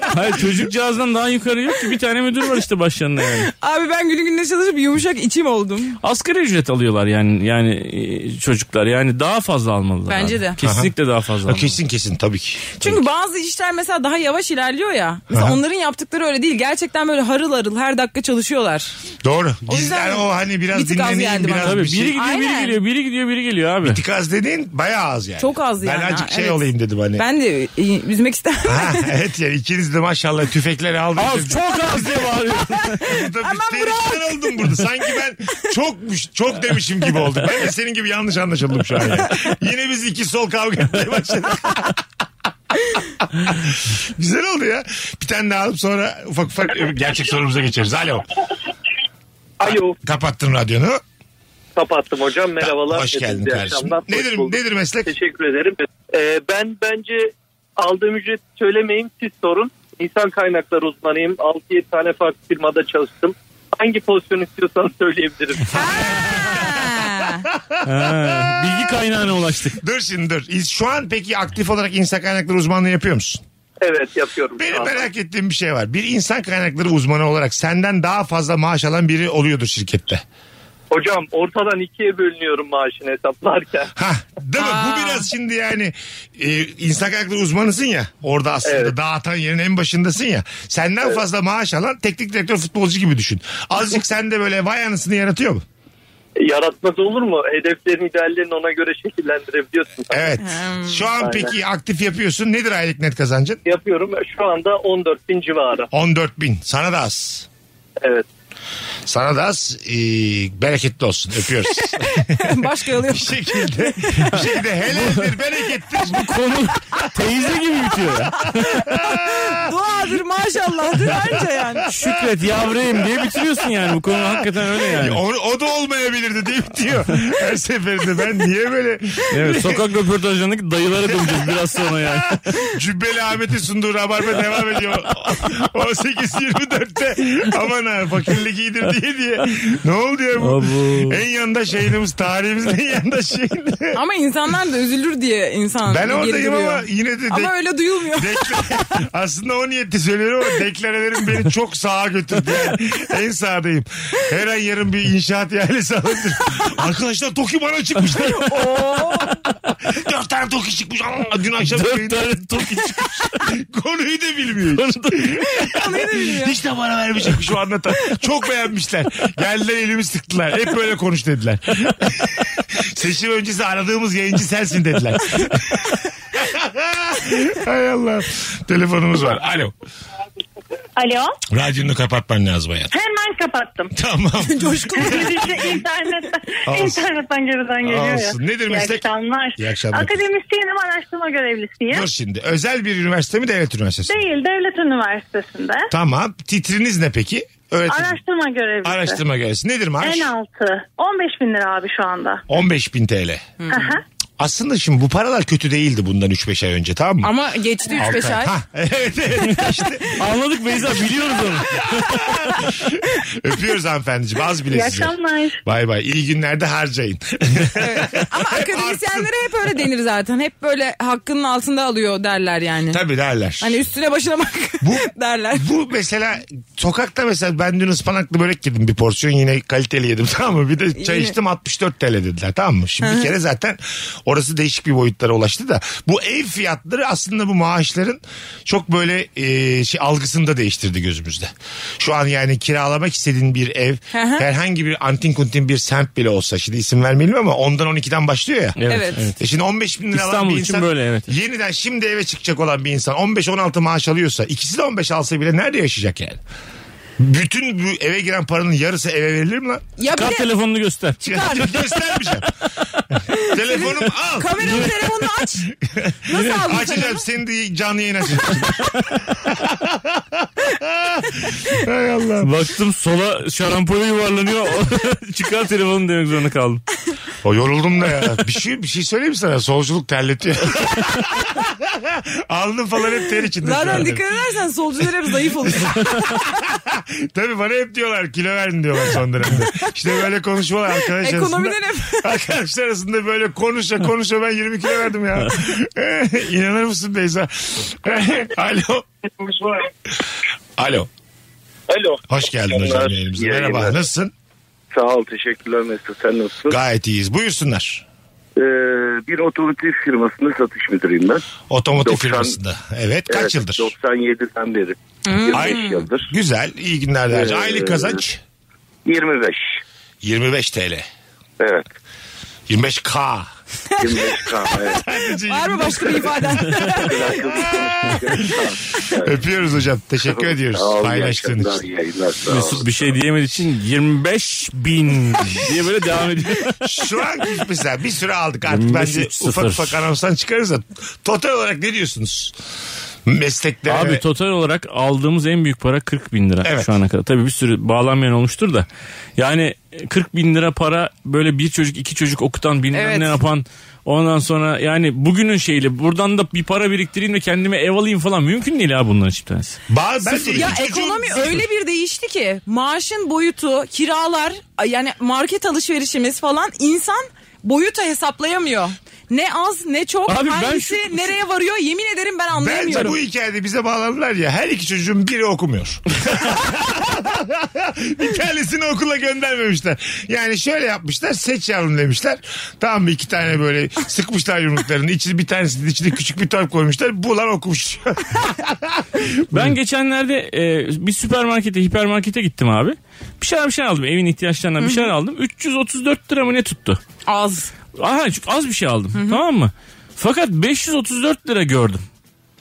Speaker 5: Hayır çocukcağızdan daha yukarı yok ki. Bir tane müdür var işte başlarında yani.
Speaker 4: Abi ben günü gününe çalışıp yumuşak içim oldum.
Speaker 5: Asgari ücret alıyorlar yani yani e, çocuklar. Yani daha fazla almalılar.
Speaker 4: Bence
Speaker 5: abi.
Speaker 4: de.
Speaker 5: Kesinlikle daha fazla almalılar.
Speaker 3: kesin kesin tabii ki.
Speaker 4: Çünkü bazı işler mesela daha yavaş ilerliyor ya. Mesela onların yaptıkları öyle değil. Gerçekten böyle harıl harıl her dakika çalışıyorlar.
Speaker 3: Doğru.
Speaker 4: O
Speaker 3: Bizler
Speaker 4: yüzden
Speaker 3: o hani biraz
Speaker 4: bir tık az
Speaker 3: dinleneyim
Speaker 4: geldi bana.
Speaker 3: biraz
Speaker 5: Tabii
Speaker 3: bir
Speaker 5: biri
Speaker 3: şey.
Speaker 5: gidiyor biri
Speaker 4: Aynen.
Speaker 5: geliyor biri gidiyor biri geliyor abi.
Speaker 3: Bir tık az dediğin bayağı az yani.
Speaker 4: Çok az yani,
Speaker 3: Ben azıcık şey
Speaker 4: evet.
Speaker 3: olayım dedim hani.
Speaker 4: Ben de e, üzmek istemem.
Speaker 3: Ha, evet yani ikiniz de maşallah tüfekleri aldınız.
Speaker 5: Az çok az diye
Speaker 3: [LAUGHS]
Speaker 5: bağırıyor.
Speaker 3: Burada
Speaker 4: Aman
Speaker 3: bir perişan oldum burada. Sanki ben çokmuş, çok demişim gibi oldum. Ben de senin gibi yanlış anlaşıldım şu an. yani. Yine biz iki sol kavga etmeye başladık. [LAUGHS] Güzel oldu ya. Bir tane daha alıp sonra ufak ufak gerçek sorumuza geçeriz. Alo.
Speaker 8: Alo.
Speaker 3: Kapattın radyonu.
Speaker 8: Kapattım hocam. Merhabalar.
Speaker 3: Hoş geldin
Speaker 8: Hepinize iyi
Speaker 3: kardeşim.
Speaker 8: akşamlar.
Speaker 3: Nedir,
Speaker 8: Hoş bulduk.
Speaker 3: nedir meslek?
Speaker 8: Teşekkür ederim. Ee, ben bence aldığım ücreti söylemeyeyim siz sorun. İnsan kaynakları uzmanıyım. 6-7 tane farklı firmada çalıştım. Hangi pozisyon istiyorsan söyleyebilirim.
Speaker 3: [LAUGHS]
Speaker 4: Ha.
Speaker 5: Ha, bilgi kaynağına ulaştık.
Speaker 3: Dur şimdi dur. İz- Şu an peki aktif olarak insan kaynakları uzmanlığı yapıyor musun?
Speaker 8: evet yapıyorum. şu
Speaker 3: Benim
Speaker 8: anda.
Speaker 3: merak ettiğim bir şey var. Bir insan kaynakları uzmanı olarak senden daha fazla maaş alan biri oluyordur şirkette.
Speaker 8: Hocam ortadan ikiye bölünüyorum maaşını hesaplarken.
Speaker 3: Ha, değil mi?
Speaker 4: Aa.
Speaker 3: Bu biraz şimdi yani e, insan kaynakları uzmanısın ya. Orada aslında
Speaker 8: Evet.
Speaker 3: dağıtan yerin en başındasın ya.
Speaker 8: [LAUGHS]
Speaker 3: Senden fazla maaş alan teknik direktör futbolcu gibi düşün. Azıcık sende böyle vay anasını yaratıyor mu?
Speaker 8: yaratmaz olur mu? Hedeflerin ideallerini ona göre şekillendirebiliyorsun.
Speaker 3: Evet. Şu an peki aktif yapıyorsun. Nedir aylık net kazancın?
Speaker 8: Yapıyorum. Şu anda 14 bin civarı.
Speaker 3: 14 bin. Sana da az.
Speaker 8: Evet.
Speaker 3: Sana da az. Ee, bereketli olsun. Öpüyoruz.
Speaker 8: [LAUGHS]
Speaker 4: [LAUGHS] Başka
Speaker 3: [LAUGHS]
Speaker 4: yolu yok.
Speaker 3: bir şekilde, bir şekilde helaldir, berekettir.
Speaker 5: Konu teyze gibi bitiyor ya.
Speaker 4: Duadır maşallahdır anca yani.
Speaker 5: Şükret yavrayım diye bitiriyorsun yani. Bu konu hakikaten öyle yani.
Speaker 3: O, o da olmayabilirdi değil mi diyor. Her seferinde ben niye böyle
Speaker 5: Evet sokak röportajlarındaki dayılara döneceğiz biraz
Speaker 4: [LAUGHS]
Speaker 5: sonra yani.
Speaker 3: Cübbeli Ahmet'in sunduğu rabarba devam ediyor. 18-24'te aman ha fakirlik iyidir diye diye. Ne oldu ya bu?
Speaker 5: Abo.
Speaker 3: En yanda şehrimiz tarihimizin en yanda şehri.
Speaker 4: Ama insanlar da üzülür diye insan
Speaker 3: Ben
Speaker 4: geri
Speaker 3: oradayım ama
Speaker 4: duruyor.
Speaker 3: yine de...
Speaker 4: Ama
Speaker 3: de-
Speaker 4: öyle duyulmuyor.
Speaker 3: Dekla- [LAUGHS] Aslında o niyeti söylüyorum ama deklarelerim beni çok sağa götürdü. Yani. En sağdayım. Her an yarın bir inşaat ihalesi alabilir. Arkadaşlar Toki bana çıkmış. Dört tane Toki çıkmış. Aa,
Speaker 5: [LAUGHS]
Speaker 3: dün akşam
Speaker 5: Dört
Speaker 3: yayında-
Speaker 5: tane toki çıkıyor.
Speaker 3: [LAUGHS] Konuyu da bilmiyor hiç. hiç de bana vermeyecek şu anlatan. Çok beğenmişler. Geldiler elimi sıktılar. Hep böyle konuş dediler. [LAUGHS] Seçim öncesi aradığımız yayıncı sensin dediler. [LAUGHS] Hay Allah. Telefonumuz var. Alo.
Speaker 7: Alo.
Speaker 3: Radyonu kapatman lazım hayat.
Speaker 7: [LAUGHS] Hemen kapattım.
Speaker 3: Tamam.
Speaker 4: Coşkulu.
Speaker 7: şey
Speaker 3: [LAUGHS]
Speaker 7: internetten,
Speaker 3: Olsun.
Speaker 7: internetten geriden geliyor ya.
Speaker 3: Olsun. Nedir
Speaker 7: İyi
Speaker 3: meslek?
Speaker 7: akşamlar.
Speaker 3: İyi akşamlar.
Speaker 7: Akademisyenim, araştırma görevlisiyim.
Speaker 3: Dur şimdi. Özel bir üniversite mi devlet üniversitesi? mi?
Speaker 7: Değil, devlet üniversitesinde.
Speaker 3: Tamam. Titriniz ne peki? Öğretim.
Speaker 7: Araştırma görevlisi.
Speaker 3: Araştırma görevlisi. Nedir maaş?
Speaker 7: En altı. 15 bin lira abi şu anda.
Speaker 3: 15 bin TL.
Speaker 7: Aha.
Speaker 3: Aslında şimdi bu paralar kötü değildi bundan 3-5 ay önce tamam mı?
Speaker 4: Ama geçti 3-5 ay.
Speaker 3: Ha, [LAUGHS] evet evet. İşte
Speaker 5: Anladık Beyza biliyoruz onu.
Speaker 3: öpüyoruz hanımefendiciğim az bile
Speaker 7: İyi
Speaker 3: size.
Speaker 7: akşamlar.
Speaker 3: Bay bay iyi günlerde harcayın. [LAUGHS]
Speaker 4: Ama akademisyenlere hep öyle denir zaten. Hep böyle hakkının altında alıyor derler yani.
Speaker 3: Tabii derler.
Speaker 4: Hani üstüne başına bak
Speaker 3: Bu-
Speaker 4: [LAUGHS] derler.
Speaker 3: Bu mesela sokakta mesela ben dün ıspanaklı börek yedim bir porsiyon yine kaliteli yedim [LAUGHS] tamam mı? Bir de çay
Speaker 4: Yine-
Speaker 3: içtim 64 TL dediler tamam mı? Şimdi bir kere zaten orası değişik bir boyutlara ulaştı da bu ev fiyatları aslında bu maaşların çok böyle e, şey algısını da değiştirdi gözümüzde. Şu an yani kiralamak istediğin bir ev
Speaker 4: Hı hı.
Speaker 3: herhangi bir antin kuntin bir semt bile olsa şimdi isim vermeyelim ama ondan 12'den başlıyor ya.
Speaker 4: Evet.
Speaker 3: E şimdi 15 bin lira alan
Speaker 5: İstanbul
Speaker 3: bir
Speaker 5: için
Speaker 3: insan
Speaker 5: böyle, evet.
Speaker 3: yeniden şimdi eve çıkacak olan bir insan 15-16 maaş alıyorsa ikisi de 15 alsa bile nerede yaşayacak yani? Bütün bu eve giren paranın yarısı eve verilir mi lan?
Speaker 4: Ya
Speaker 5: Kart
Speaker 4: bir de
Speaker 5: telefonunu göster.
Speaker 3: [LAUGHS]
Speaker 4: [LAUGHS]
Speaker 3: Göstermeyeceğim. Telefonum al.
Speaker 4: kameranın telefonunu
Speaker 3: [LAUGHS]
Speaker 4: aç. Nasıl aldın
Speaker 3: Açacağım seni de canlı yayın açacağım. Hay Allah.
Speaker 5: Baktım sola şarampole yuvarlanıyor. [LAUGHS] Çıkar telefonu demek zorunda kaldım.
Speaker 3: O yoruldum da ya. Bir şey bir şey söyleyeyim sana. Solculuk terletiyor. [LAUGHS] Alnım falan hep ter içinde. şu
Speaker 4: Zaten
Speaker 3: an.
Speaker 4: dikkat edersen solcular hep
Speaker 3: [LAUGHS]
Speaker 4: zayıf olur.
Speaker 3: Tabii bana hep diyorlar kilo verdin diyorlar son dönemde. İşte böyle konuşmalar arkadaş
Speaker 4: Ekonomiden
Speaker 3: [LAUGHS] arasında.
Speaker 4: hep.
Speaker 3: Arkadaşlar arasında böyle konuşa konuşa ben 20 kilo
Speaker 8: [LAUGHS]
Speaker 3: verdim ya. İnanır mısın Beyza? [LAUGHS] Alo. Alo.
Speaker 8: Alo.
Speaker 3: Hoş geldin hocam
Speaker 8: Merhabalar.
Speaker 3: yayınımıza.
Speaker 8: İyi
Speaker 3: Merhaba
Speaker 8: yayınlar.
Speaker 3: nasılsın?
Speaker 8: Sağ ol teşekkürler Mesut sen nasılsın?
Speaker 3: Gayet iyiyiz. Buyursunlar.
Speaker 8: Ee, bir otomotiv firmasının satış müdürüyüm ben.
Speaker 3: Otomotiv
Speaker 8: 90
Speaker 3: firmasında. Evet kaç
Speaker 8: Evet,
Speaker 3: yıldır?
Speaker 8: 97'den beri.
Speaker 9: Hmm.
Speaker 8: 25
Speaker 3: Ay.
Speaker 8: yıldır.
Speaker 3: Güzel iyi günler derci.
Speaker 8: Ee,
Speaker 3: Aylık kazanç
Speaker 8: 25.
Speaker 3: 25 TL.
Speaker 8: Evet.
Speaker 3: 25K.
Speaker 8: 25K. Evet.
Speaker 4: Var mı başka bir ifaden?
Speaker 8: Biraz hızlı konuştum.
Speaker 3: Öpüyoruz hocam. Teşekkür ediyoruz
Speaker 8: Sağ olun, iyi
Speaker 3: paylaştığın
Speaker 8: akşamlar,
Speaker 3: için.
Speaker 8: iyi yayınlar, sağ olun.
Speaker 5: Mesut bir şey diyemediği için 25 bin diye böyle devam ediyor.
Speaker 3: Şu an mesela bir süre aldık artık
Speaker 5: 25
Speaker 3: bence
Speaker 5: üç sıfır.
Speaker 3: ufak ufak anamsan çıkarız da total olarak ne diyorsunuz? Mesleklere
Speaker 5: [LAUGHS] Abi total olarak aldığımız en büyük para 40 bin lira
Speaker 3: Evet.
Speaker 5: şu ana kadar. Tabii bir sürü bağlanmayan olmuştur da. Yani 40 bin lira para böyle bir çocuk iki çocuk okutan bilmem
Speaker 4: Evet.
Speaker 5: ne yapan. Ondan sonra yani bugünün şeyiyle buradan da bir para biriktireyim de kendime ev alayım falan mümkün değil ha bunların hiçbir tanesi.
Speaker 3: Ba- bence
Speaker 4: ya
Speaker 3: iki çocuğun-
Speaker 4: ekonomi öyle bir değişti ki maaşın boyutu, kiralar, yani market alışverişimiz falan insan boyuta hesaplayamıyor. Ne az ne çok
Speaker 5: Abi ben
Speaker 4: hangisi
Speaker 5: şu-
Speaker 4: nereye varıyor yemin ederim ben
Speaker 3: Bence
Speaker 4: anlayamıyorum.
Speaker 5: [LAUGHS]
Speaker 3: bu hikayede bize bağladılar ya her iki çocuğun biri okumuyor. bir tanesini okula göndermemişler. Yani şöyle yapmışlar seç yavrum demişler. Tamam mı iki tane böyle sıkmışlar yumruklarını. İçi bir tanesinin içine küçük bir tarp koymuşlar. Bu lan okumuş.
Speaker 5: Ben geçenlerde e, bir süpermarkete, hipermarkete gittim abi. Bir şeyler bir şeyler aldım. Evin ihtiyaçlarından bir şeyler aldım. 334 lira mı ne tuttu?
Speaker 4: Az.
Speaker 5: Aha çok az bir şey aldım. Tamam mı? Fakat 534 lira gördüm.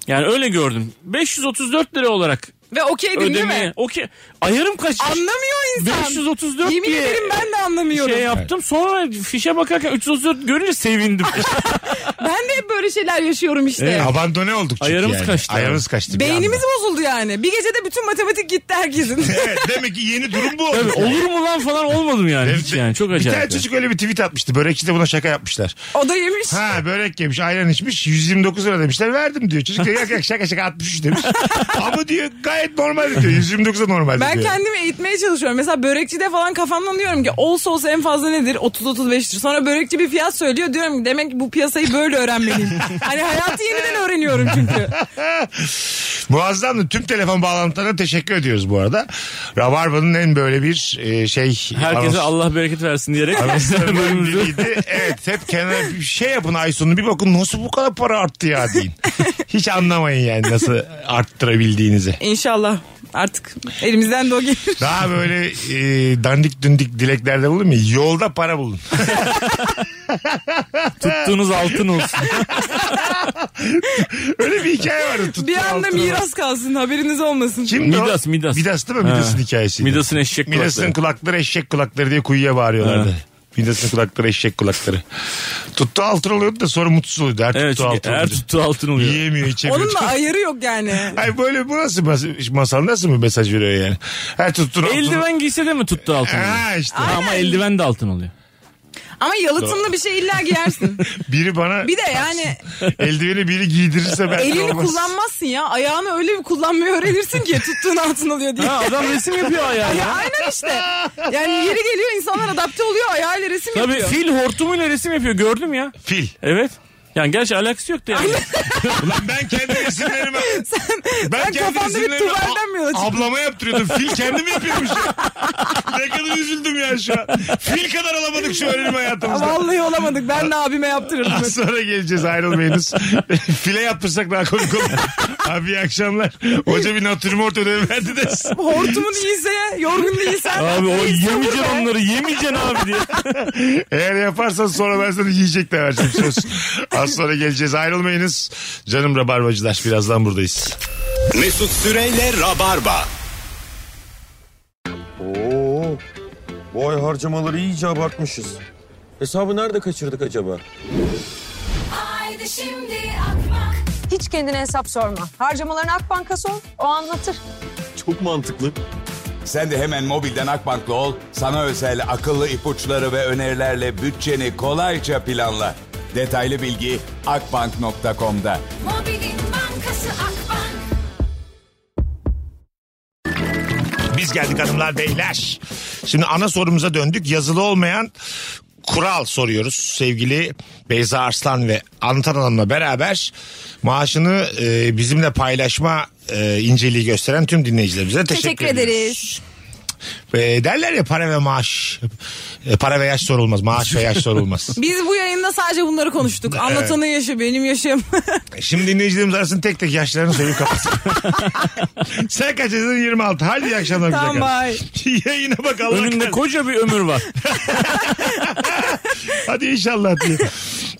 Speaker 5: Yani öyle gördüm. 534 lira olarak
Speaker 4: Ve okeydin E, değil mi?
Speaker 5: ödemeye. Okey. Ayarım kaçmış.
Speaker 4: Anlamıyor insan.
Speaker 5: 534
Speaker 4: Yemin
Speaker 5: diye
Speaker 4: ederim ben de anlamıyorum.
Speaker 5: şey yaptım. Sonra fişe bakarken 334
Speaker 4: [LAUGHS]
Speaker 5: görünce sevindim.
Speaker 4: Ben de hep böyle şeyler yaşıyorum işte.
Speaker 3: E,
Speaker 5: Evet.
Speaker 3: Abandone olduk çünkü
Speaker 5: Ayarımız
Speaker 3: yani.
Speaker 5: kaçtı.
Speaker 3: Ayarımız kaçtı. bir
Speaker 4: Beynimiz
Speaker 3: anda.
Speaker 4: bozuldu yani. Bir gecede bütün matematik gitti herkesin.
Speaker 3: Evet, demek ki yeni durum bu.
Speaker 5: Tabii, olur mu lan falan olmadım yani. Hiç yani çok
Speaker 3: Hani Bir tane
Speaker 5: acayip.
Speaker 3: çocuk öyle bir tweet atmıştı. Börekçi de buna şaka yapmışlar.
Speaker 4: O da yemiş.
Speaker 3: Ha börek yemiş ayran içmiş 129 lira demişler verdim diyor. Çocuk diyor yok yok şaka şaka 63 [LAUGHS] demiş. Ama diyor gayet normal diyor [LAUGHS] 129 da normal
Speaker 4: Ben
Speaker 3: diyor.
Speaker 4: kendimi eğitmeye çalışıyorum. Mesela börekçide falan kafamdan diyorum ki olsa olsa en fazla nedir? 30-35'tir. Sonra börekçi bir fiyat söylüyor. Diyorum ki demek ki bu piyasayı böyle öğrenmeliyim. hani hayatı yeniden öğreniyorum çünkü.
Speaker 3: Muazzamdı. Tüm telefon bağlantılarına teşekkür ediyoruz bu arada. Rabarba'nın en böyle bir e, şey.
Speaker 5: Herkese Allah bereket versin diyerek.
Speaker 3: Anonslarından
Speaker 5: [LAUGHS] bölümümüzü-
Speaker 3: biriydi. Evet hep kenara bir şey yapın ay sonu bir bakın nasıl bu kadar para arttı ya deyin. [LAUGHS] Hiç anlamayın yani nasıl arttırabildiğinizi.
Speaker 4: İnşallah artık elimizden de o gelir.
Speaker 3: Daha böyle e, dandik dündik dileklerde bulun mu? Yolda para bulun.
Speaker 5: tuttuğunuz altın olsun.
Speaker 3: Öyle bir hikaye vardı. tuttu
Speaker 4: Bir anda
Speaker 3: altına.
Speaker 4: miras kalsın haberiniz olmasın.
Speaker 3: Kimdi o?
Speaker 5: [LAUGHS] Midas, Midas.
Speaker 3: Midas değil mi? Midas'ın
Speaker 5: Ha.
Speaker 3: hikayesi.
Speaker 5: Midas'ın eşek
Speaker 3: Midas'ın
Speaker 5: kulakları.
Speaker 3: kulakları eşek kulakları diye kuyuya bağırıyorlardı.
Speaker 5: Ha.
Speaker 3: Midas'ın kulakları eşek kulakları. Tuttu altın oluyordu da sonra mutsuz oluyordu. Her
Speaker 5: Evet
Speaker 3: tuttu
Speaker 5: çünkü
Speaker 3: altın
Speaker 5: her
Speaker 3: oluyordu.
Speaker 5: tuttuğu altın oluyor.
Speaker 3: Yiyemiyor içemiyor.
Speaker 4: Onun da ayarı yok yani.
Speaker 3: Ay böyle bu nasıl mas- masal nasıl bir mesaj veriyor yani? Her tuttuğun altın.
Speaker 5: Eldiven giyse de mi tuttu altın oluyor?
Speaker 3: Ha işte.
Speaker 5: Ama eldiven de altın oluyor.
Speaker 4: Ama yalıtımlı bir şey illa giyersin.
Speaker 3: Biri bana
Speaker 4: Bir de yani
Speaker 3: eldiveni biri giydirirse ben
Speaker 4: elini
Speaker 3: olmaz.
Speaker 4: kullanmazsın ya. Ayağını öyle bir kullanmayı öğrenirsin ki tuttuğun altın alıyor diye.
Speaker 5: Ha, adam resim yapıyor ayağı
Speaker 4: Ya
Speaker 5: ya.
Speaker 4: aynen işte. Yani yeri geliyor insanlar adapte oluyor ayağıyla resim
Speaker 5: Tabii
Speaker 4: yapıyor.
Speaker 5: fil hortumuyla resim yapıyor gördüm ya.
Speaker 3: Fil.
Speaker 5: Evet. Yani gerçi alakası yok da yani.
Speaker 3: Ulan ben kendi resimlerimi...
Speaker 4: [LAUGHS]
Speaker 3: ben,
Speaker 4: kafanda bir tuvalden mi yola çıktın?
Speaker 3: Ablama yaptırıyordum. Fil kendimi yapıyormuş.
Speaker 4: [LAUGHS]
Speaker 3: ya. ne kadar üzüldüm ya şu an. Fil kadar alamadık şu öğrenim hayatımızda.
Speaker 4: Vallahi olamadık. Ben de abime yaptırırdım.
Speaker 3: [LAUGHS] Az sonra geleceğiz ayrılmayınız. [LAUGHS] File yaptırsak daha komik olur. Abi iyi akşamlar. Hoca bir natürmort ödevi verdi de.
Speaker 4: Hortumun iyiyse, yorgun değilsen.
Speaker 5: abi o
Speaker 4: neyse vur
Speaker 5: yemeyeceksin
Speaker 4: be.
Speaker 5: onları yemeyeceksin abi diye.
Speaker 3: [LAUGHS] Eğer yaparsan sonra ben sana yiyecek de vereceğim söz. Az sonra geleceğiz ayrılmayınız. Canım Rabarbacılar birazdan buradayız.
Speaker 2: Mesut Süreyle Rabarba.
Speaker 10: Oo. Bu ay harcamaları iyice abartmışız. Hesabı nerede kaçırdık acaba?
Speaker 11: Haydi şimdi Akbank.
Speaker 12: Hiç kendine hesap sorma. Harcamalarını Akbank'a sor, o anlatır.
Speaker 10: Çok mantıklı.
Speaker 13: Sen de hemen mobilden Akbank'la ol. Sana özel akıllı ipuçları ve önerilerle bütçeni kolayca planla. Detaylı bilgi akbank.com'da.
Speaker 11: Mobilin bankası Akbank.
Speaker 3: Biz geldik hanımlar beyler. Şimdi ana sorumuza döndük. Yazılı olmayan kural soruyoruz. Sevgili Beyza Arslan ve Anlatan Hanım'la beraber maaşını e, bizimle paylaşma e, inceliği gösteren tüm dinleyicilerimize teşekkür,
Speaker 4: Teşekkür
Speaker 3: ediyoruz.
Speaker 4: ederiz.
Speaker 3: E, derler ya para ve maaş. E, para ve yaş sorulmaz. Maaş ve yaş sorulmaz.
Speaker 4: [LAUGHS] Biz bu yayında sadece bunları konuştuk. Anlatanın yaşı, benim yaşım. [LAUGHS]
Speaker 3: Şimdi dinleyicilerimiz arasında tek tek yaşlarını söyleyip kapatsın. Sen kaç yaşındasın? 26. Hadi iyi akşamlar. güzel
Speaker 4: Tamam,
Speaker 3: kardeşim. [LAUGHS] Yayına bak Allah
Speaker 5: Önünde
Speaker 3: kahretsin.
Speaker 5: koca bir ömür var.
Speaker 3: Hadi inşallah diye.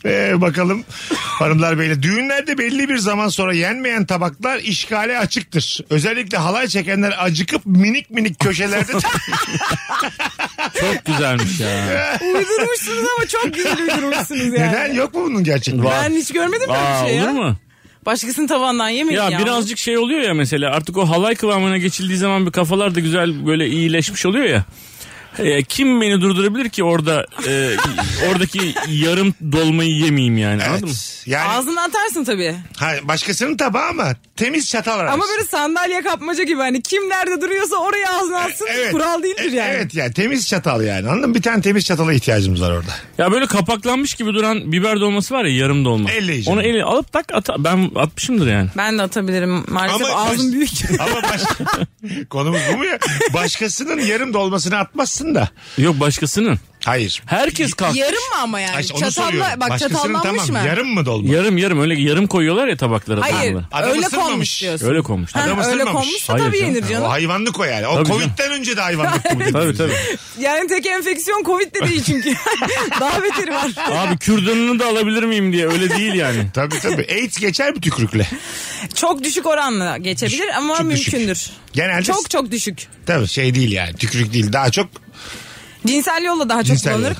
Speaker 3: Ee, bakalım hanımlar beyler. Düğünlerde belli bir zaman sonra yenmeyen tabaklar işgale açıktır. Özellikle halay çekenler acıkıp minik minik köşelerde
Speaker 5: [LAUGHS]
Speaker 3: [LAUGHS]
Speaker 5: Çok güzelmiş ya.
Speaker 4: uydurmuşsunuz ama çok güzel uydurmuşsunuz yani.
Speaker 3: Neden yok mu bunun gerçekten?
Speaker 4: Ben hiç görmedim böyle
Speaker 5: Aa,
Speaker 4: bir şey
Speaker 5: olur
Speaker 4: ya.
Speaker 5: mu?
Speaker 4: Başkasının tavandan yemeyin ya.
Speaker 5: Ya birazcık şey oluyor ya mesela artık o halay kıvamına geçildiği zaman bir kafalar da güzel böyle iyileşmiş oluyor ya. E, kim beni durdurabilir ki orada e, [LAUGHS] oradaki yarım dolmayı yemeyeyim yani anladın mı?
Speaker 4: Ağzına atarsın tabii.
Speaker 3: Ha, başkasının tabağı ama temiz çatal ararsın.
Speaker 4: Ama böyle sandalye kapmaca gibi hani kim nerede duruyorsa oraya ağzına atsın kural değildir
Speaker 3: E-
Speaker 4: yani.
Speaker 3: Evet yani temiz çatal yani anladın mı? Bir tane temiz çatala ihtiyacımız var orada.
Speaker 5: Ya böyle kapaklanmış gibi duran biber dolması var ya yarım dolma. Onu eli alıp tak ata- ben atmışımdır yani.
Speaker 4: Ben de atabilirim maalesef
Speaker 3: Ama [LAUGHS]
Speaker 4: ağzım büyük.
Speaker 3: Ama baş... [LAUGHS] konumuz bu mu ya? Başkasının yarım dolmasını atmazsın da.
Speaker 5: Yok başkasının.
Speaker 3: Hayır.
Speaker 5: Herkes kalkmış.
Speaker 4: Yarım mı ama yani?
Speaker 3: Ay, işte onu
Speaker 4: Çatalla,
Speaker 3: soruyorum.
Speaker 4: bak
Speaker 3: Başkasının
Speaker 4: çatallanmış
Speaker 3: tamam,
Speaker 4: mı?
Speaker 3: yarım mı dolma?
Speaker 5: Yarım yarım öyle yarım koyuyorlar ya tabaklara.
Speaker 4: Hayır
Speaker 5: tabaklara.
Speaker 4: öyle konmuş diyorsun.
Speaker 5: Öyle konmuş.
Speaker 4: Ha, öyle konmuşsa tabii yenir canım.
Speaker 3: O hayvanlık o yani. O
Speaker 5: Tabii
Speaker 3: Covid'den önce de hayvanlık bu.
Speaker 5: tabii tabii.
Speaker 4: Yani tek enfeksiyon Covid de değil
Speaker 3: [LAUGHS]
Speaker 4: çünkü. [LAUGHS] Daha beteri var.
Speaker 5: Abi kürdanını da alabilir miyim diye öyle
Speaker 4: [LAUGHS]
Speaker 5: değil yani.
Speaker 3: tabii tabii. AIDS geçer mi tükürükle?
Speaker 4: Çok düşük oranla geçebilir ama
Speaker 3: çok düşük.
Speaker 4: mümkündür.
Speaker 3: Genelde
Speaker 4: Çok çok düşük.
Speaker 3: tabii şey değil yani. Tükürük değil. Daha çok
Speaker 4: Cinsel yolla daha çok
Speaker 3: Cinsel yolla.
Speaker 4: kullanılır.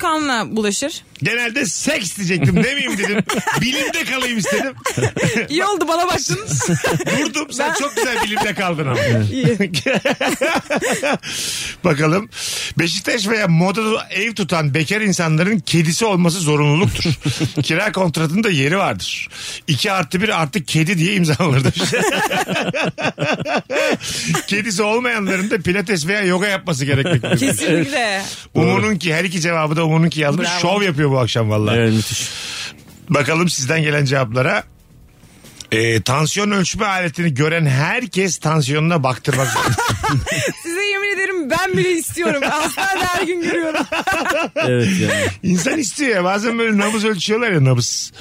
Speaker 3: [LAUGHS]
Speaker 4: Kanla bulaşır.
Speaker 3: genelde seks diyecektim demeyeyim
Speaker 5: [LAUGHS]
Speaker 3: dedim. Bilimde kalayım istedim.
Speaker 4: İyi oldu
Speaker 3: [LAUGHS]
Speaker 4: bana baktın. [LAUGHS]
Speaker 3: Durdum sen çok güzel bilimde kaldın ama. Bakalım. Beşiktaş veya modada ev tutan bekar insanların kedisi olması zorunluluktur. Kira kontratında yeri vardır. 2 artı 1 artı kedi diye imzalanır demiş. kedisi olmayanların da pilates veya yoga yapması gerekmektedir.
Speaker 4: Kesinlikle.
Speaker 3: Umur'un ki her iki cevabı da Umur'un ki yazmış.
Speaker 4: Bravo.
Speaker 3: Şov yapıyor bu akşam vallahi.
Speaker 5: Evet müthiş.
Speaker 3: Bakalım sizden gelen cevaplara. Ee, tansiyon ölçme aletini gören herkes tansiyonuna baktırmak zorunda.
Speaker 4: Size yemin ederim ben bile istiyorum.
Speaker 3: [LAUGHS]
Speaker 4: Hastanede her gün görüyorum.
Speaker 5: evet yani.
Speaker 3: İnsan istiyor ya bazen böyle nabız ölçüyorlar ya nabız.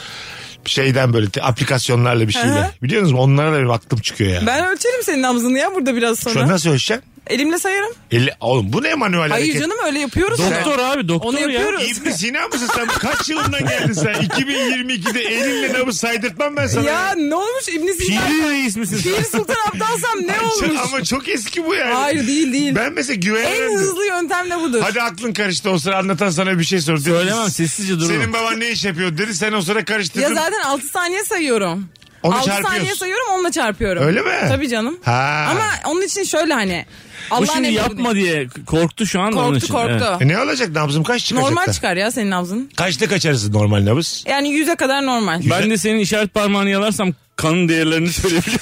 Speaker 3: Şeyden böyle te- aplikasyonlarla bir şeyle.
Speaker 4: Aha.
Speaker 3: Biliyor musunuz onlara da bir baktım çıkıyor ya.
Speaker 4: Ben ölçerim senin nabzını ya burada biraz sonra.
Speaker 3: Şu an nasıl ölçeceksin?
Speaker 4: Elimle sayarım.
Speaker 3: Elli- oğlum bu ne manuel
Speaker 4: Hayır
Speaker 3: hareket?
Speaker 4: canım öyle yapıyoruz.
Speaker 5: Doktor
Speaker 4: ya.
Speaker 5: abi doktor
Speaker 4: Onu
Speaker 5: ya.
Speaker 4: yapıyoruz.
Speaker 3: İbni Sina mısın sen? Kaç yılından geldin
Speaker 4: [LAUGHS]
Speaker 3: sen? 2022'de elinle nabız saydırtmam ben sana.
Speaker 4: Ya ne olmuş İbn Sina?
Speaker 5: Piri reis misin sen?
Speaker 4: Pir Sultan Abdalsam ne Şey olmuş?
Speaker 3: Ama çok eski bu yani.
Speaker 4: Hayır değil değil.
Speaker 3: Ben mesela
Speaker 4: En
Speaker 3: güvenemem.
Speaker 4: hızlı yöntem de budur.
Speaker 3: Hadi aklın karıştı o sıra anlatan sana bir şey sordu. Dedi,
Speaker 5: Söylemem sessizce dururum.
Speaker 3: Senin baban ne iş yapıyor dedi sen o sıra karıştırdın.
Speaker 4: Ya zaten 6 saniye sayıyorum.
Speaker 3: Onu
Speaker 4: 6
Speaker 3: çarpıyorsun.
Speaker 4: saniye sayıyorum onunla çarpıyorum.
Speaker 3: Öyle mi?
Speaker 4: Tabii canım.
Speaker 3: Ha.
Speaker 4: Ama onun için şöyle hani.
Speaker 5: Bu
Speaker 4: Allah'ın
Speaker 5: şimdi
Speaker 4: emri bu
Speaker 5: yapma diye korktu şu an da onun
Speaker 4: Korktu,
Speaker 5: için.
Speaker 4: korktu.
Speaker 5: Evet.
Speaker 3: E ne olacak nabzım kaç
Speaker 4: değil.
Speaker 3: çıkacak
Speaker 4: Normal
Speaker 3: da?
Speaker 4: çıkar ya senin nabzın.
Speaker 3: Kaçta kaçarız normal nabız?
Speaker 4: Yani 100'e kadar normal.
Speaker 5: Ben de senin işaret parmağını yalarsam kanın
Speaker 4: [LAUGHS]
Speaker 5: değerlerini söyleyebilirim.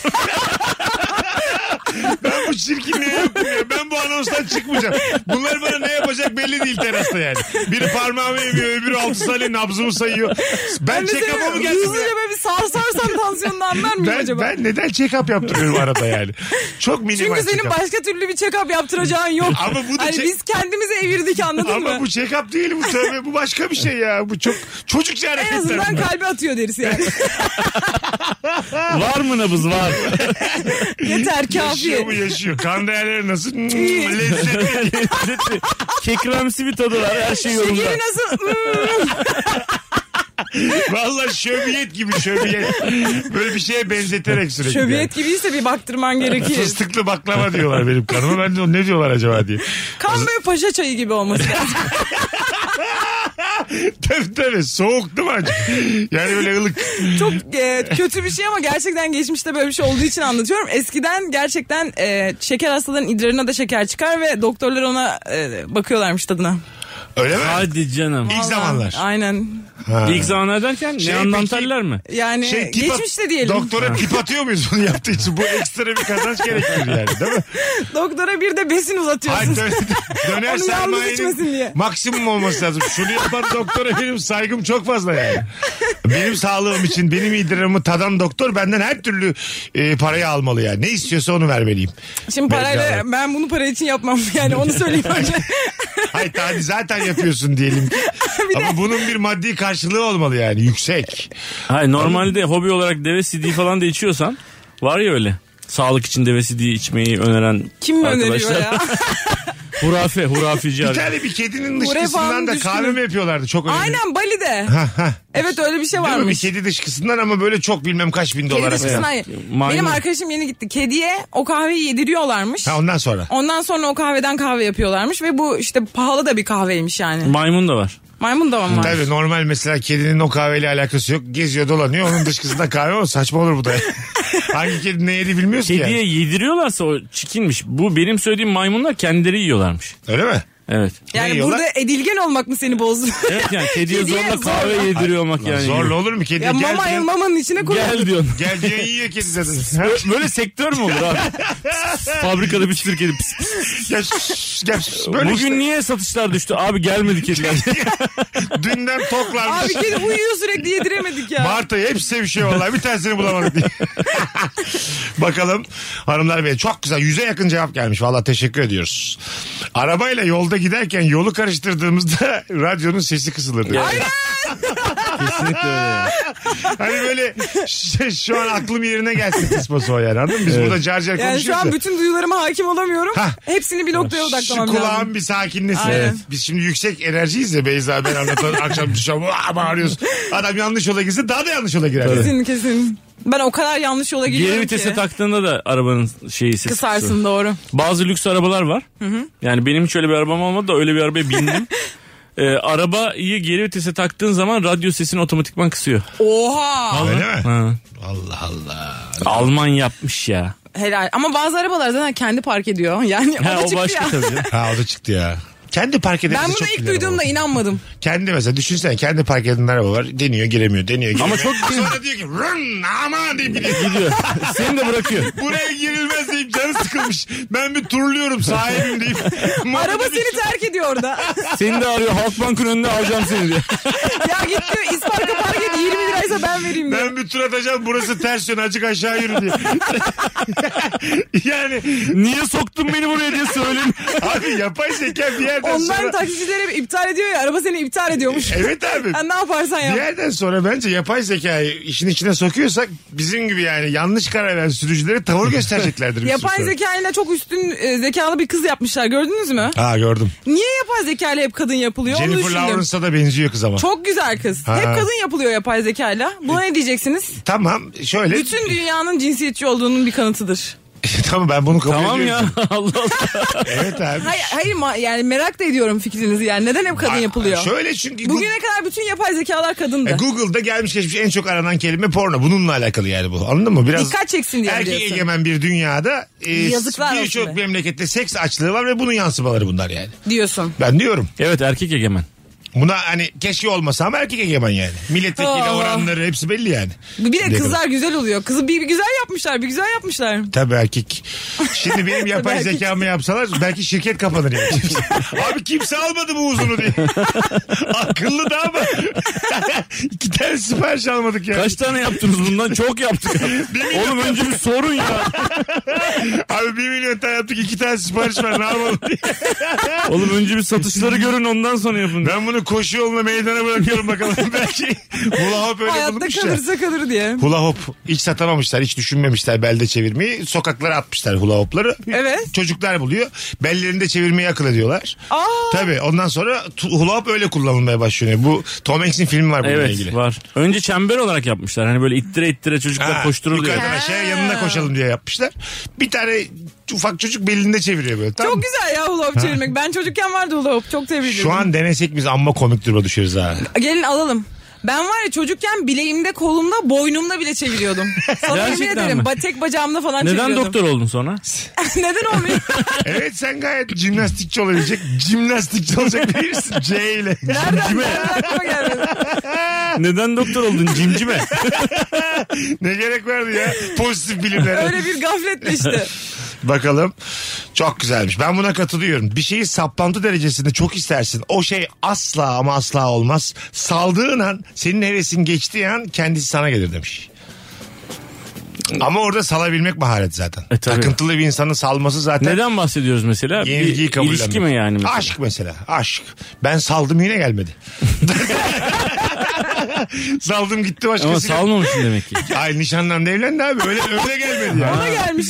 Speaker 3: Ben bu çirkinliğe yokum ya. Ben bu anonstan çıkmayacağım. Bunlar bana ne yapacak belli değil terasta yani. Biri parmağımı emiyor öbürü altı saniye nabzımı sayıyor. Ben,
Speaker 4: Ben de
Speaker 3: check-up'a
Speaker 4: seni
Speaker 3: mı geldim ya?
Speaker 4: Hızlıca böyle bir
Speaker 3: [LAUGHS]
Speaker 4: sarsarsam tansiyonunu anlar mıyım
Speaker 3: Ben,
Speaker 4: acaba?
Speaker 3: ben neden check-up yaptırıyorum arada yani? Çok minimal
Speaker 4: Çünkü senin
Speaker 3: check-up.
Speaker 4: başka türlü bir check-up yaptıracağın yok.
Speaker 3: Ama bu da
Speaker 4: hani
Speaker 3: check-
Speaker 4: biz kendimizi evirdik anladın
Speaker 3: Ama
Speaker 4: mı?
Speaker 3: bu check-up değil bu tövbe. Bu başka bir şey ya. Bu çok çocukça hareketler.
Speaker 4: En azından
Speaker 3: bunlar.
Speaker 4: kalbi atıyor
Speaker 3: [LAUGHS]
Speaker 4: deriz yani.
Speaker 5: var mı nabız var?
Speaker 4: Yeter
Speaker 3: Yaşıyor
Speaker 4: kafi.
Speaker 3: mu yaşıyor. Kan değerleri nasıl? Hmm, lezzetli.
Speaker 5: Lezzetli, Kekremsi bir tadı var her şey yolunda.
Speaker 4: Şekeri
Speaker 3: [LAUGHS]
Speaker 4: nasıl? Hmm.
Speaker 3: Valla şöbiyet gibi şöbiyet. Böyle bir şeye benzeterek sürekli.
Speaker 4: Şöbiyet gibiyse bir baktırman
Speaker 3: yani.
Speaker 4: gerekir.
Speaker 3: Fıstıklı baklava diyorlar benim kanıma. Ben de o ne diyorlar acaba diye.
Speaker 4: Kan böyle paşa çayı gibi
Speaker 3: [LAUGHS]
Speaker 4: olması lazım.
Speaker 3: tabii tabii soğuk değil mi acı? Yani böyle ılık.
Speaker 4: Çok e, kötü bir şey ama gerçekten geçmişte böyle bir şey olduğu için anlatıyorum. Eskiden gerçekten e, şeker hastaların idrarına da şeker çıkar ve doktorlar ona e, bakıyorlarmış tadına.
Speaker 3: Öyle mi?
Speaker 5: Hadi canım.
Speaker 3: İlk zamanlar.
Speaker 4: Aynen.
Speaker 5: İlk zamanlar derken
Speaker 3: Şey
Speaker 5: neandertaller mi?
Speaker 4: Yani
Speaker 3: Şey, tip at-
Speaker 4: geçmişte diyelim.
Speaker 3: Doktora tip atıyor muyuz bunu yaptığı için? Bu ekstra bir kazanç gerektirir yani değil
Speaker 4: [LAUGHS]
Speaker 3: mi?
Speaker 4: Doktora bir de besin uzatıyorsun.
Speaker 3: Hayır dö- döner
Speaker 4: Onu yalnız içmesin
Speaker 3: sermayenin
Speaker 4: diye.
Speaker 3: maksimum olması lazım. Şunu yapan doktora benim saygım çok fazla yani. Benim sağlığım için benim idrarımı tadan doktor benden her türlü e, parayı almalı yani. Ne istiyorsa onu vermeliyim.
Speaker 4: Şimdi parayla
Speaker 3: Bedava.
Speaker 4: ben bunu para için yapmam yani onu söyleyeyim
Speaker 3: [LAUGHS]
Speaker 4: önce.
Speaker 3: Hayır hadi zaten yapıyorsun diyelim
Speaker 4: [LAUGHS]
Speaker 3: ki. Ama bunun bir maddi karşılığı olmalı yani yüksek.
Speaker 5: Hayır normalde hobi olarak deve sidiği falan da içiyorsan var ya öyle. Sağlık için deve sidiği içmeyi öneren
Speaker 4: Kim öneriyor
Speaker 5: arkadaşlar.
Speaker 4: ya?
Speaker 5: [LAUGHS] hurafe, hurafeci.
Speaker 3: Bir
Speaker 5: abi.
Speaker 3: tane bir kedinin
Speaker 4: Buraya
Speaker 3: dışkısından
Speaker 4: falan
Speaker 3: da
Speaker 4: düşkünüm.
Speaker 3: kahve mi yapıyorlardı çok önemli.
Speaker 4: Aynen Bali'de. evet öyle bir şey
Speaker 3: Değil mi? Bir
Speaker 4: varmış.
Speaker 3: kedi dışkısından ama böyle çok bilmem kaç bin
Speaker 4: Kedi
Speaker 3: dolara.
Speaker 4: dışkısına hayır.
Speaker 5: Maymun.
Speaker 4: Benim arkadaşım yeni gitti. Kediye o kahveyi yediriyorlarmış.
Speaker 3: Ha ondan sonra.
Speaker 4: Ondan sonra o kahveden kahve yapıyorlarmış ve bu işte pahalı da bir kahveymiş yani.
Speaker 5: Maymun da var.
Speaker 4: Maymun da var.
Speaker 3: Tabii normal mesela kedinin o kahveyle alakası yok. Geziyor dolanıyor onun dışkısında kahve var. Saçma olur
Speaker 4: [LAUGHS]
Speaker 3: bu da. Hangi kedi ne yedi bilmiyorsun ki.
Speaker 5: Kediye
Speaker 3: yani.
Speaker 5: yediriyorlarsa o çikinmiş. Bu benim söylediğim maymunlar kendileri yiyorlarmış.
Speaker 3: Öyle mi?
Speaker 5: Evet.
Speaker 4: Yani burada edilgen olmak mı seni bozdu?
Speaker 5: Evet yani kediye zorla kahve yediriyor olmak yani.
Speaker 3: Zorla olur mu? Kediye
Speaker 4: [LAUGHS] ya
Speaker 3: gel
Speaker 4: mama
Speaker 3: diyen-
Speaker 4: elmamanın içine koy.
Speaker 5: Gel diyorsun.
Speaker 3: Gel diye yiyor kedi
Speaker 4: [LAUGHS]
Speaker 3: zaten.
Speaker 5: [LAUGHS] Böyle sektör mü olur abi? [LAUGHS] Fabrikada bir sürü kedi. Pıs, pıs.
Speaker 3: Gel, şş, gel, şş, böyle
Speaker 5: Bugün
Speaker 3: işte.
Speaker 5: niye satışlar düştü? Abi gelmedi
Speaker 4: [LAUGHS]
Speaker 5: [LAUGHS] kediler.
Speaker 3: Dünden toklarmış.
Speaker 4: Abi kedi uyuyor sürekli yediremedik ya.
Speaker 3: Mart ayı hepsi sevişiyor vallahi. Bir tanesini bulamadık [LAUGHS] diye. Bakalım hanımlar beyler. Çok güzel. Yüze yakın cevap gelmiş. Vallahi teşekkür ediyoruz. Arabayla yolda giderken yolu karıştırdığımızda [LAUGHS] radyonun sesi kısılırdı.
Speaker 5: Aynen. Kesinlikle öyle. ya.
Speaker 3: hani böyle ş- şu an aklım yerine gelsin kısması o yani anladın mı? Biz
Speaker 5: Evet.
Speaker 3: burada car car
Speaker 4: Yani
Speaker 3: konuşuyoruz.
Speaker 4: şu an
Speaker 3: ya.
Speaker 4: bütün duyularıma hakim olamıyorum.
Speaker 3: Hah.
Speaker 4: Hepsini bir noktaya
Speaker 3: Şu
Speaker 4: odaklamam lazım.
Speaker 3: kulağın bir sakinlesin.
Speaker 4: Aynen. Evet.
Speaker 3: Biz şimdi yüksek enerjiyiz ya Beyza ben anlatan akşam düşüyorum "Aa!" bağırıyoruz. Adam yanlış yola girse daha da yanlış yola girer. yani.
Speaker 4: Kesin kesin. Ben o kadar yanlış yola
Speaker 5: Geri
Speaker 4: giriyorum
Speaker 5: vitese
Speaker 4: ki.
Speaker 5: taktığında da arabanın şeyi sesi.
Speaker 4: Kısarsın doğru.
Speaker 5: Bazı lüks arabalar var. Yani benim hiç öyle bir arabam olmadı da öyle bir
Speaker 4: [LAUGHS]
Speaker 5: arabaya bindim. Ee, arabayı geri vitese taktığın zaman radyo sesini otomatikman kısıyor.
Speaker 4: Oha.
Speaker 3: Öyle mi?
Speaker 5: Ha.
Speaker 3: Allah Allah.
Speaker 5: Alman yapmış ya.
Speaker 4: Helal. Ama bazı arabalar zaten kendi park ediyor. [LAUGHS] Yani o
Speaker 5: Ha,
Speaker 4: da
Speaker 5: o
Speaker 4: çıktı
Speaker 5: başka
Speaker 4: ya.
Speaker 5: tabii.
Speaker 4: [LAUGHS]
Speaker 5: canım.
Speaker 3: Ha o da çıktı ya. Kendi park eden
Speaker 4: Ben
Speaker 3: çok
Speaker 4: bunu ilk
Speaker 3: güzel
Speaker 4: duyduğumda
Speaker 3: araba. [LAUGHS]
Speaker 4: inanmadım.
Speaker 3: Kendi mesela düşünsene kendi park eden araba var. Deniyor giremiyor deniyor giremiyor.
Speaker 5: Ama çok-
Speaker 3: Sonra diyor ki rın aman deyip gidiyor.
Speaker 5: Gidiyor. [LAUGHS] Seni de bırakıyor.
Speaker 3: Buraya girilmez deyip canı sıkılmış. Ben bir turluyorum sahibim deyip.
Speaker 4: [LAUGHS] Araba
Speaker 3: Motorda bir-
Speaker 4: seni terk ediyor orada. [LAUGHS]
Speaker 5: Seni de arıyor. Halkbank'ın önünde alacağım seni diye.
Speaker 4: ya git diyor İsparka park et 20 liraysa ben vereyim diyor.
Speaker 3: Ben bir tur atacağım burası ters yön azıcık aşağı yürü diye. [LAUGHS] yani
Speaker 5: Niye soktun beni buraya diye söyleyeyim.
Speaker 3: abi yapay zeka bir yerden
Speaker 4: Online
Speaker 3: sonra...
Speaker 4: taksicileri hep iptal ediyor ya araba seni iptal ediyormuş.
Speaker 3: Evet abi.
Speaker 4: [LAUGHS] Ya ne yaparsan
Speaker 3: Bir
Speaker 4: yap.
Speaker 3: yerden sonra bence yapay zekayı işin içine sokuyorsak bizim gibi yani yanlış karar veren sürücülere tavır göstereceklerdir. bir süre
Speaker 4: Yapay
Speaker 3: sonra.
Speaker 4: zekayla çok üstün e, zekalı bir kız yapmışlar gördünüz mü?
Speaker 3: Ha gördüm.
Speaker 4: Niye yapay zekayla hep kadın yapılıyor onu
Speaker 3: Jennifer
Speaker 4: düşündüm.
Speaker 3: Lawrence'a da benziyor kız ama.
Speaker 4: Çok güzel kız.
Speaker 3: Ha. E,
Speaker 4: Hep kadın yapılıyor yapay zekayla. Buna ne diyeceksiniz?
Speaker 3: Tamam şöyle.
Speaker 4: Bütün dünyanın cinsiyetçi olduğunun bir kanıtıdır.
Speaker 3: [LAUGHS] tamam ben bunu kabul
Speaker 5: Tamam ya.
Speaker 3: ediyorum.
Speaker 5: [LAUGHS] Allah Allah.
Speaker 3: Evet abi.
Speaker 4: Hayır, hayır ma- yani merak da ediyorum fikrinizi yani neden hep kadın
Speaker 3: Ay-
Speaker 4: yapılıyor?
Speaker 3: Şöyle çünkü
Speaker 4: Bugüne kadar bütün yapay zekalar kadındı.
Speaker 3: E, Google'da gelmiş geçmiş en çok aranan kelime porno. Bununla alakalı yani bu. Anladın mı? Biraz
Speaker 4: Dikkat çeksin diye mi
Speaker 3: Erkek
Speaker 4: diyorsun?
Speaker 3: egemen bir dünyada e,
Speaker 4: Yazıklar olsun
Speaker 3: birçok
Speaker 4: be.
Speaker 3: memlekette seks açlığı var ve bunun yansımaları bunlar yani.
Speaker 4: Diyorsun.
Speaker 3: Ben diyorum.
Speaker 5: Evet erkek egemen.
Speaker 3: Buna hani keşke olmasa ama erkek egemen yani. Milletvekili
Speaker 4: Allah.
Speaker 3: oranları hepsi belli yani.
Speaker 4: Bir de
Speaker 3: Dedim.
Speaker 4: kızlar güzel oluyor. Kızı bir, bir güzel yapmışlar, bir güzel yapmışlar.
Speaker 3: Tabii erkek. Şimdi
Speaker 4: [LAUGHS]
Speaker 3: benim yapay
Speaker 4: Tabii erkek.
Speaker 3: zekamı yapsalar belki şirket kapanır
Speaker 4: [LAUGHS]
Speaker 3: yani. Abi kimse almadı bu uzunu diye. Akıllı da
Speaker 4: [LAUGHS]
Speaker 3: ama. İki tane sipariş almadık yani.
Speaker 5: Kaç tane yaptınız bundan?
Speaker 3: [LAUGHS]
Speaker 5: Çok yaptık. Oğlum önce bir sorun ya.
Speaker 3: Abi bir milyon tane yaptık iki tane sipariş var ne yapalım diye.
Speaker 5: Oğlum önce bir satışları görün ondan sonra yapın.
Speaker 3: Ben bunu koşu yoluna meydana bırakıyorum
Speaker 4: [LAUGHS]
Speaker 3: bakalım. Belki hula hop öyle
Speaker 4: Hayatta
Speaker 3: bulunmuş ya.
Speaker 4: kalırsa kalır diye.
Speaker 3: Hula hop hiç satamamışlar hiç düşünmemişler belde çevirmeyi. Sokaklara atmışlar hula hopları.
Speaker 4: Evet.
Speaker 3: Çocuklar buluyor. Bellerinde çevirmeyi akıl ediyorlar.
Speaker 4: Aa!
Speaker 3: Tabii ondan sonra tu- hula hop öyle kullanılmaya başlıyor. Bu Tom Hanks'in filmi var bununla
Speaker 5: Evet
Speaker 3: ilgili.
Speaker 5: var. Önce çember olarak yapmışlar. Hani böyle ittire ittire çocuklar
Speaker 3: Ha,
Speaker 5: koşturur diye.
Speaker 3: Yukarıdan aşağıya yanına koşalım diye yapmışlar. Bir tane ufak çocuk belinde çeviriyor böyle. Tamam.
Speaker 4: Çok
Speaker 3: mı?
Speaker 4: güzel ya hula hop çevirmek. Ben çocukken vardı hula hop. Çok tebrik
Speaker 3: Şu
Speaker 4: ediyorum.
Speaker 3: an denesek biz amma komik duruma düşeriz ha. [LAUGHS]
Speaker 4: Gelin alalım. Ben var ya çocukken bileğimde, kolumda, boynumda bile çeviriyordum. Sana yemin
Speaker 5: Gerçekten
Speaker 4: ederim.
Speaker 5: mi?
Speaker 4: ba- Tek bacağımda falan
Speaker 5: Neden
Speaker 4: çeviriyordum.
Speaker 5: doktor oldun sonra?
Speaker 4: [LAUGHS] Neden
Speaker 3: [LAUGHS]
Speaker 4: olmuyor?
Speaker 3: Evet sen gayet jimnastikçi olabilecek, jimnastikçi olacak birisin [LAUGHS] C ile.
Speaker 4: Nereden? Nereden aklıma gelmedi?
Speaker 5: Neden doktor oldun cimcime?
Speaker 3: [LAUGHS] ne gerek vardı ya pozitif bilimlere.
Speaker 4: Öyle bir
Speaker 3: [LAUGHS]
Speaker 4: gafletle işte.
Speaker 3: Bakalım. Çok güzelmiş. Ben buna katılıyorum. Bir şeyi saplantı derecesinde çok istersin. O şey asla ama asla olmaz. Saldığın an senin hevesin geçtiği an kendisi sana gelir demiş. Ama orada salabilmek maharet zaten.
Speaker 5: E, tabii.
Speaker 3: Takıntılı bir insanın salması zaten
Speaker 5: Neden bahsediyoruz mesela?
Speaker 3: yenilgiyi
Speaker 5: Bir
Speaker 3: kabul
Speaker 5: İlişki mi yani? mesela?
Speaker 3: Aşk mesela. Aşk. Ben saldım yine gelmedi.
Speaker 5: [LAUGHS]
Speaker 3: saldım gitti
Speaker 5: Ama
Speaker 3: başkasıyla.
Speaker 5: salmamışsın demek
Speaker 4: [LAUGHS]
Speaker 5: ki.
Speaker 3: Ay nişanlandı evlendi abi. Öyle öyle gelmedi ya.
Speaker 4: Bana gelmiş.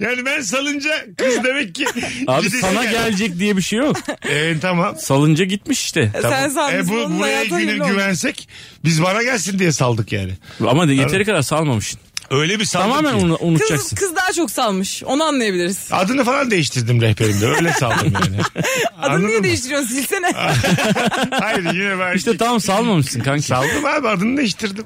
Speaker 3: Yani ben salınca kız demek ki
Speaker 5: Abi
Speaker 3: gidesi
Speaker 5: sana
Speaker 3: geldi.
Speaker 5: gelecek diye bir şey yok.
Speaker 3: E, tamam.
Speaker 5: Salınca gitmiş işte.
Speaker 4: Sen sağ
Speaker 3: E,
Speaker 4: bizim
Speaker 3: bu,
Speaker 4: onun
Speaker 3: buraya
Speaker 4: hayatı
Speaker 3: güne
Speaker 4: hayırlı olsun.
Speaker 3: güvensek biz bana gelsin diye saldık yani.
Speaker 5: Ama de yeteri kadar salmamışsın.
Speaker 3: Öyle bir saldım
Speaker 5: Tamamen
Speaker 3: ki.
Speaker 5: onu
Speaker 4: Kız, kız daha çok salmış. Onu anlayabiliriz.
Speaker 3: Adını falan değiştirdim rehberimde. Öyle saldım yani.
Speaker 4: Adını niye
Speaker 3: [LAUGHS]
Speaker 4: değiştiriyorsun? Silsene.
Speaker 3: Ah. Hayır yine ben...
Speaker 5: İşte tam salmamışsın kanki.
Speaker 3: Saldım abi adını değiştirdim.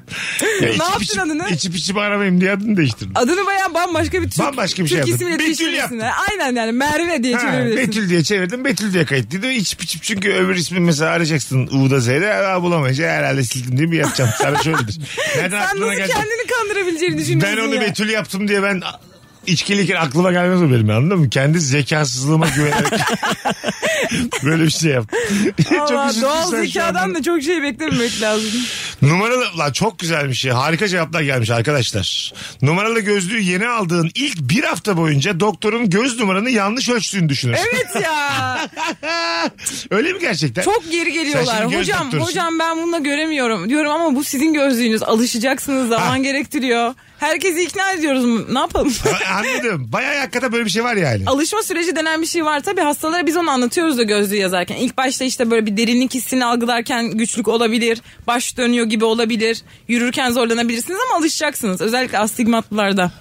Speaker 4: Ne
Speaker 3: içip
Speaker 4: yaptın
Speaker 3: içip,
Speaker 4: adını?
Speaker 3: İçip içip aramayayım diye adını değiştirdim.
Speaker 4: Adını bayağı bambaşka bir Türk,
Speaker 3: Bambaşka bir şey
Speaker 4: Türk
Speaker 3: yaptım.
Speaker 4: ismiyle
Speaker 3: Betül
Speaker 4: değiştirirsin. Aynen yani Merve diye
Speaker 3: Ha,
Speaker 4: çevirebilirsin.
Speaker 3: Betül diye çevirdim. Betül diye kayıtlıydı. İçip içip çünkü öbür ismi mesela arayacaksın U'da Z'de. Aa, bulamayacağım. Herhalde sildim diye mi yapacağım? Sana şöyledir.
Speaker 4: [LAUGHS]
Speaker 3: Nereden
Speaker 4: Sen
Speaker 3: aklına
Speaker 4: nasıl
Speaker 3: geldi?
Speaker 4: kendini kandırabileceğini
Speaker 3: Ben
Speaker 4: düşünüyorsun
Speaker 3: onu
Speaker 4: ya?
Speaker 3: Betül yaptım diye ben içkiliyken aklıma gelmez o benim anladın mı? Kendi zekasızlığıma güvenerek [LAUGHS] böyle bir şey yaptım. [LAUGHS]
Speaker 4: Valla
Speaker 3: üzüldüm
Speaker 4: doğal
Speaker 3: sen şu
Speaker 4: zekadan
Speaker 3: anda.
Speaker 4: da çok şey
Speaker 3: [LAUGHS]
Speaker 4: beklememek lazım.
Speaker 3: Numaralı la çok güzelmiş ya. Harika cevaplar gelmiş arkadaşlar. Numaralı gözlüğü yeni aldığın ilk bir hafta boyunca doktorun göz numaranı yanlış ölçtüğünü düşünürsün.
Speaker 4: Evet ya.
Speaker 3: Öyle mi gerçekten?
Speaker 4: Çok geri
Speaker 3: Sen
Speaker 4: geliyorlar.
Speaker 3: şimdi göz
Speaker 4: Hocam
Speaker 3: doktorusun.
Speaker 4: hocam ben bununla göremiyorum diyorum ama bu sizin gözlüğünüz. Alışacaksınız zaman gerektiriyor. Herkesi ikna ediyoruz. Ne yapalım?
Speaker 3: Ha, [LAUGHS] Anladım. Bayağı hakikaten böyle bir şey var yani.
Speaker 4: Alışma süreci denen bir şey var. Tabii hastalara biz onu anlatıyoruz da gözlüğü yazarken. İlk başta işte böyle bir derinlik hissini algılarken güçlük olabilir. Baş dönüyor gibi olabilir. Yürürken zorlanabilirsiniz ama alışacaksınız. Özellikle astigmatlılarda.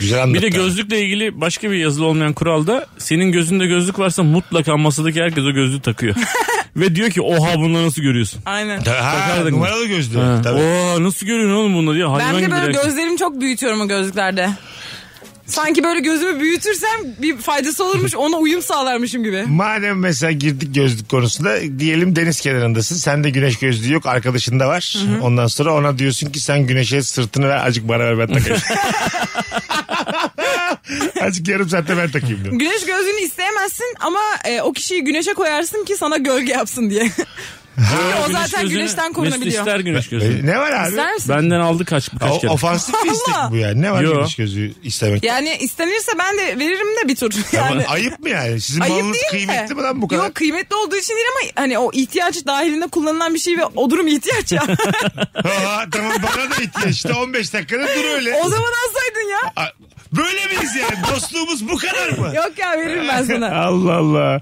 Speaker 3: Güzel
Speaker 5: Bir de gözlükle ilgili başka bir yazılı olmayan kuralda senin gözünde gözlük varsa mutlaka masadaki herkes o gözlüğü takıyor. Ve diyor ki oha bunları nasıl görüyorsun?
Speaker 4: Aynen.
Speaker 3: Ha,
Speaker 5: Bakardık mı?
Speaker 3: numaralı gözlüğü.
Speaker 5: Ha.
Speaker 3: Tabii.
Speaker 5: Oo, nasıl görüyorsun oğlum bunları diye hayvan
Speaker 4: ben de
Speaker 5: gibi
Speaker 4: böyle
Speaker 5: reaksiyon.
Speaker 4: gözlerimi çok büyütüyorum o gözlüklerde. Sanki böyle gözümü büyütürsem bir faydası olurmuş ona uyum sağlarmışım gibi.
Speaker 3: Madem mesela girdik gözlük konusunda diyelim deniz kenarındasın. Sende güneş gözlüğü yok arkadaşında var. Ondan sonra ona diyorsun ki sen güneşe sırtını ver azıcık bana ver ben
Speaker 4: [LAUGHS]
Speaker 3: takayım. [LAUGHS] azıcık yarım saatte ben takayım diyorum.
Speaker 4: Güneş gözlüğünü isteyemezsin ama e, o kişiyi güneşe koyarsın ki sana gölge yapsın diye. Çünkü [LAUGHS] o
Speaker 5: Güneş
Speaker 4: zaten
Speaker 5: gözlüğünü
Speaker 4: güneşten
Speaker 5: Mesut
Speaker 4: korunabiliyor.
Speaker 5: ister güneş
Speaker 3: E,
Speaker 5: gözlüğü.
Speaker 3: ne var abi?
Speaker 4: İster misin?
Speaker 5: Benden aldı kaç kaç
Speaker 3: O,
Speaker 5: kere.
Speaker 3: ofansif bir istek
Speaker 4: Allah.
Speaker 3: bu yani. Ne var
Speaker 5: Yo.
Speaker 3: güneş gözlüğü istemek?
Speaker 4: Yani istenirse ben de veririm de bir tur. [LAUGHS] Yani.
Speaker 3: Ayıp mı yani? Sizin
Speaker 4: Ayıp
Speaker 3: malınız
Speaker 4: değil de.
Speaker 3: kıymetli mi lan bu kadar? [LAUGHS]
Speaker 4: Yok kıymetli olduğu için değil ama hani o ihtiyacı dahilinde kullanılan bir şey ve o durum
Speaker 3: [LAUGHS]
Speaker 4: ihtiyaç ya.
Speaker 3: Ha, tamam bana da ihtiyaç. İşte 15 dakikada dur öyle.
Speaker 4: o zaman alsaydın ya.
Speaker 3: A- Böyle miyiz yani? Dostluğumuz bu kadar mı?
Speaker 4: Yok ya veririm ben
Speaker 3: [LAUGHS]
Speaker 4: sana.
Speaker 3: Allah Allah.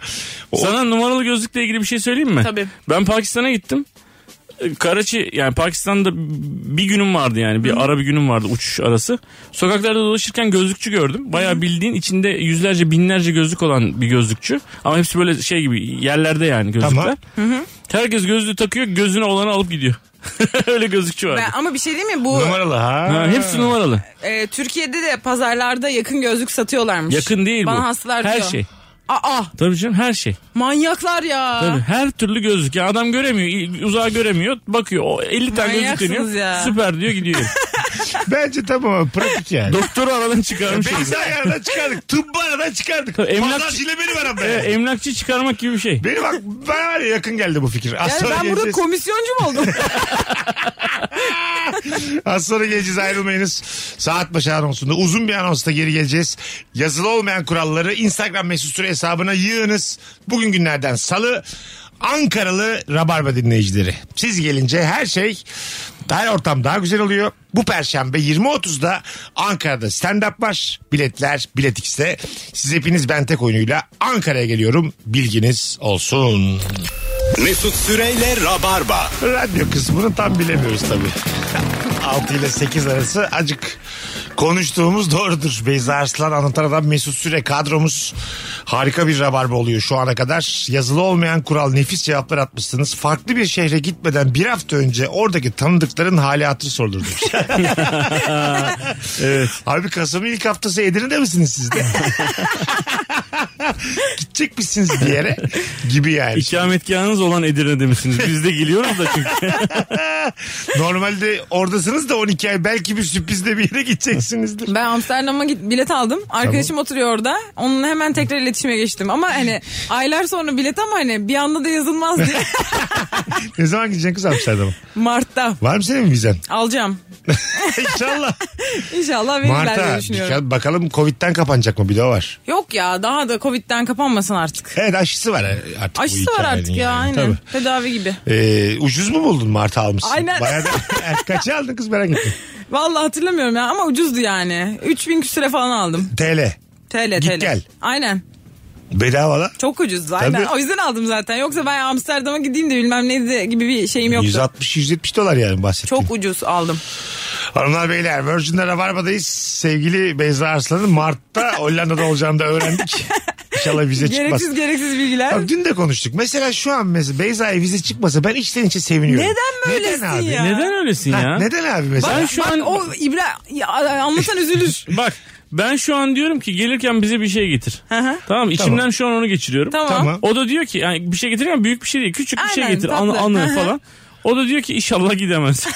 Speaker 5: Sana numaralı gözlükle ilgili bir şey söyleyeyim mi?
Speaker 4: Tabii.
Speaker 5: Ben Pakistan'a gittim. Ee, Karachi yani Pakistan'da bir günüm vardı yani bir ara bir günüm vardı uçuş arası. Sokaklarda dolaşırken gözlükçü gördüm. Bayağı bildiğin içinde yüzlerce binlerce gözlük olan bir gözlükçü. Ama hepsi böyle şey gibi yerlerde yani gözlükler.
Speaker 3: Tamam.
Speaker 5: Herkes gözlüğü takıyor gözüne olanı alıp gidiyor. [LAUGHS] Öyle gözlükçü vardı.
Speaker 4: Ben, ama bir şey diyeyim mi bu
Speaker 3: Numaralı ha.
Speaker 5: Ha, hepsi numaralı.
Speaker 4: e, Türkiye'de de pazarlarda yakın gözlük satıyorlarmış.
Speaker 5: Yakın değil
Speaker 4: Bana
Speaker 5: bu.
Speaker 4: hastalar
Speaker 5: her
Speaker 4: diyor.
Speaker 5: şey.
Speaker 4: Aa
Speaker 5: Tabii canım her şey.
Speaker 4: manyaklar ya.
Speaker 5: Tabii her türlü gözlük. Ya adam göremiyor, il- uzağa göremiyor. Bakıyor o 50 tane gözlük
Speaker 4: Manyaksınız
Speaker 5: deniyor.
Speaker 4: ya.
Speaker 5: Süper
Speaker 4: [LAUGHS]
Speaker 5: diyor gidiyor.
Speaker 3: Bence tamam pratik yani.
Speaker 5: Doktoru aradan çıkarmış.
Speaker 3: Beyza aradan çıkardık. Tıbbı aradan çıkardık.
Speaker 5: Tabii, emlak-
Speaker 3: Pazarcıyla benim aramda.
Speaker 5: Ee, emlakçı çıkarmak gibi bir şey.
Speaker 3: Benim bak bana var ya yakın geldi bu fikir. Az
Speaker 4: Yani
Speaker 3: sonra,
Speaker 4: ben burada
Speaker 3: geleceğiz.
Speaker 4: komisyoncu
Speaker 3: [LAUGHS]
Speaker 4: mu oldum?
Speaker 3: Az sonra geleceğiz ayrılmayınız. Saat başı anonsunda uzun bir anonsta geri geleceğiz. Yazılı olmayan kuralları Instagram mesut süre hesabına yığınız. Bugün günlerden salı Ankaralı Rabarba dinleyicileri. Siz gelince her şey her ortam daha güzel oluyor. Bu perşembe 20.30'da Ankara'da stand-up var. Biletler Bilet X'te. Siz hepiniz Bentek oyunuyla Ankara'ya geliyorum. Bilginiz olsun.
Speaker 2: Mesut Süreyle Rabarba.
Speaker 3: Radyo kısmını tam bilemiyoruz tabii. [LAUGHS] 6 ile 8 arası acık konuştuğumuz doğrudur. Beyza Arslan anlatan adam Mesut Süre kadromuz harika bir rabarba oluyor şu ana kadar. Yazılı olmayan kural nefis cevaplar atmışsınız. Farklı bir şehre gitmeden bir hafta önce oradaki tanıdıkların hali hatırı sorulur demiş. [LAUGHS] Abi Kasım'ın ilk haftası Edirne'de misiniz siz de? Gidecek misiniz bir yere? Gibi yani.
Speaker 5: [LAUGHS] İkametgahınız olan Edirne demişsiniz. Biz de geliyoruz da [LAUGHS] çünkü.
Speaker 3: Normalde oradasınız da 12 ay belki bir sürprizle bir yere gideceksinizdir.
Speaker 4: Ben Amsterdam'a git, bilet aldım. Arkadaşım oturuyor orada. Onunla hemen tekrar iletişime geçtim. Ama hani aylar sonra bilet ama hani bir anda da
Speaker 3: [LAUGHS]
Speaker 4: yazılmaz diye.
Speaker 3: ne zaman gideceksin kız Amsterdam'a?
Speaker 4: Mart'ta
Speaker 3: Var mı senin
Speaker 4: [LAUGHS]
Speaker 3: vizen?
Speaker 4: alacağım.
Speaker 3: İnşallah.
Speaker 4: İnşallah verirler diye
Speaker 3: Mart'a
Speaker 4: düşünüyorum.
Speaker 3: dikkat- bakalım Covid'den kapanacak mı bir de o var.
Speaker 4: Yok ya daha da Covid'den kapanmasın artık.
Speaker 3: Evet aşısı var artık. bu
Speaker 4: Aşısı var
Speaker 3: hikayenin
Speaker 4: artık ya
Speaker 3: yani.
Speaker 4: aynen.
Speaker 3: Tabii.
Speaker 4: Tedavi gibi.
Speaker 3: Ee, ucuz mu buldun Mart'a almışsın?
Speaker 4: Aynen.
Speaker 3: Bayağı
Speaker 4: [LAUGHS]
Speaker 3: da, Eh, kaça aldın kız merak ettim.
Speaker 4: Vallahi hatırlamıyorum ya ama ucuzdu yani. 3000 küsüre falan aldım.
Speaker 3: TL.
Speaker 4: TL
Speaker 3: Git
Speaker 4: TL.
Speaker 3: gel.
Speaker 4: Aynen.
Speaker 3: Bedava la.
Speaker 4: Çok ucuzdu aynen.
Speaker 3: Tabii.
Speaker 4: O yüzden aldım zaten. Yoksa ben Amsterdam'a gideyim de bilmem neydi gibi bir şeyim yoktu.
Speaker 3: 160-170 dolar yani bahsettiğim.
Speaker 4: Çok ucuz aldım.
Speaker 3: Hanımlar beyler Virgin'de Rabarba'dayız. Sevgili Beyza Arslan'ın
Speaker 4: [LAUGHS]
Speaker 3: Mart'ta Hollanda'da olacağını da öğrendik. İnşallah vize çıkmaz.
Speaker 4: Gereksiz gereksiz bilgiler.
Speaker 3: Abi dün de konuştuk. Mesela şu an mesela Beyza'ya vize çıkmasa ben içten içe seviniyorum.
Speaker 4: Neden böylesin
Speaker 3: abi?
Speaker 4: ya? Neden
Speaker 5: öylesin
Speaker 3: Ha,
Speaker 5: ya?
Speaker 3: Neden abi mesela?
Speaker 4: Bak, bak o İbrahim ya,
Speaker 3: [LAUGHS]
Speaker 4: anlatan üzülür.
Speaker 5: Bak ben şu an diyorum ki gelirken bize bir şey getir. Tamam içimden şu an onu geçiriyorum.
Speaker 4: Tamam. Tamam.
Speaker 5: O da diyor ki yani bir şey getir ama büyük bir şey değil. Küçük bir şey
Speaker 4: Aynen,
Speaker 5: getir anı,
Speaker 4: tatlı.
Speaker 5: anı
Speaker 4: Hı hı.
Speaker 5: falan. O da diyor ki inşallah gidemez.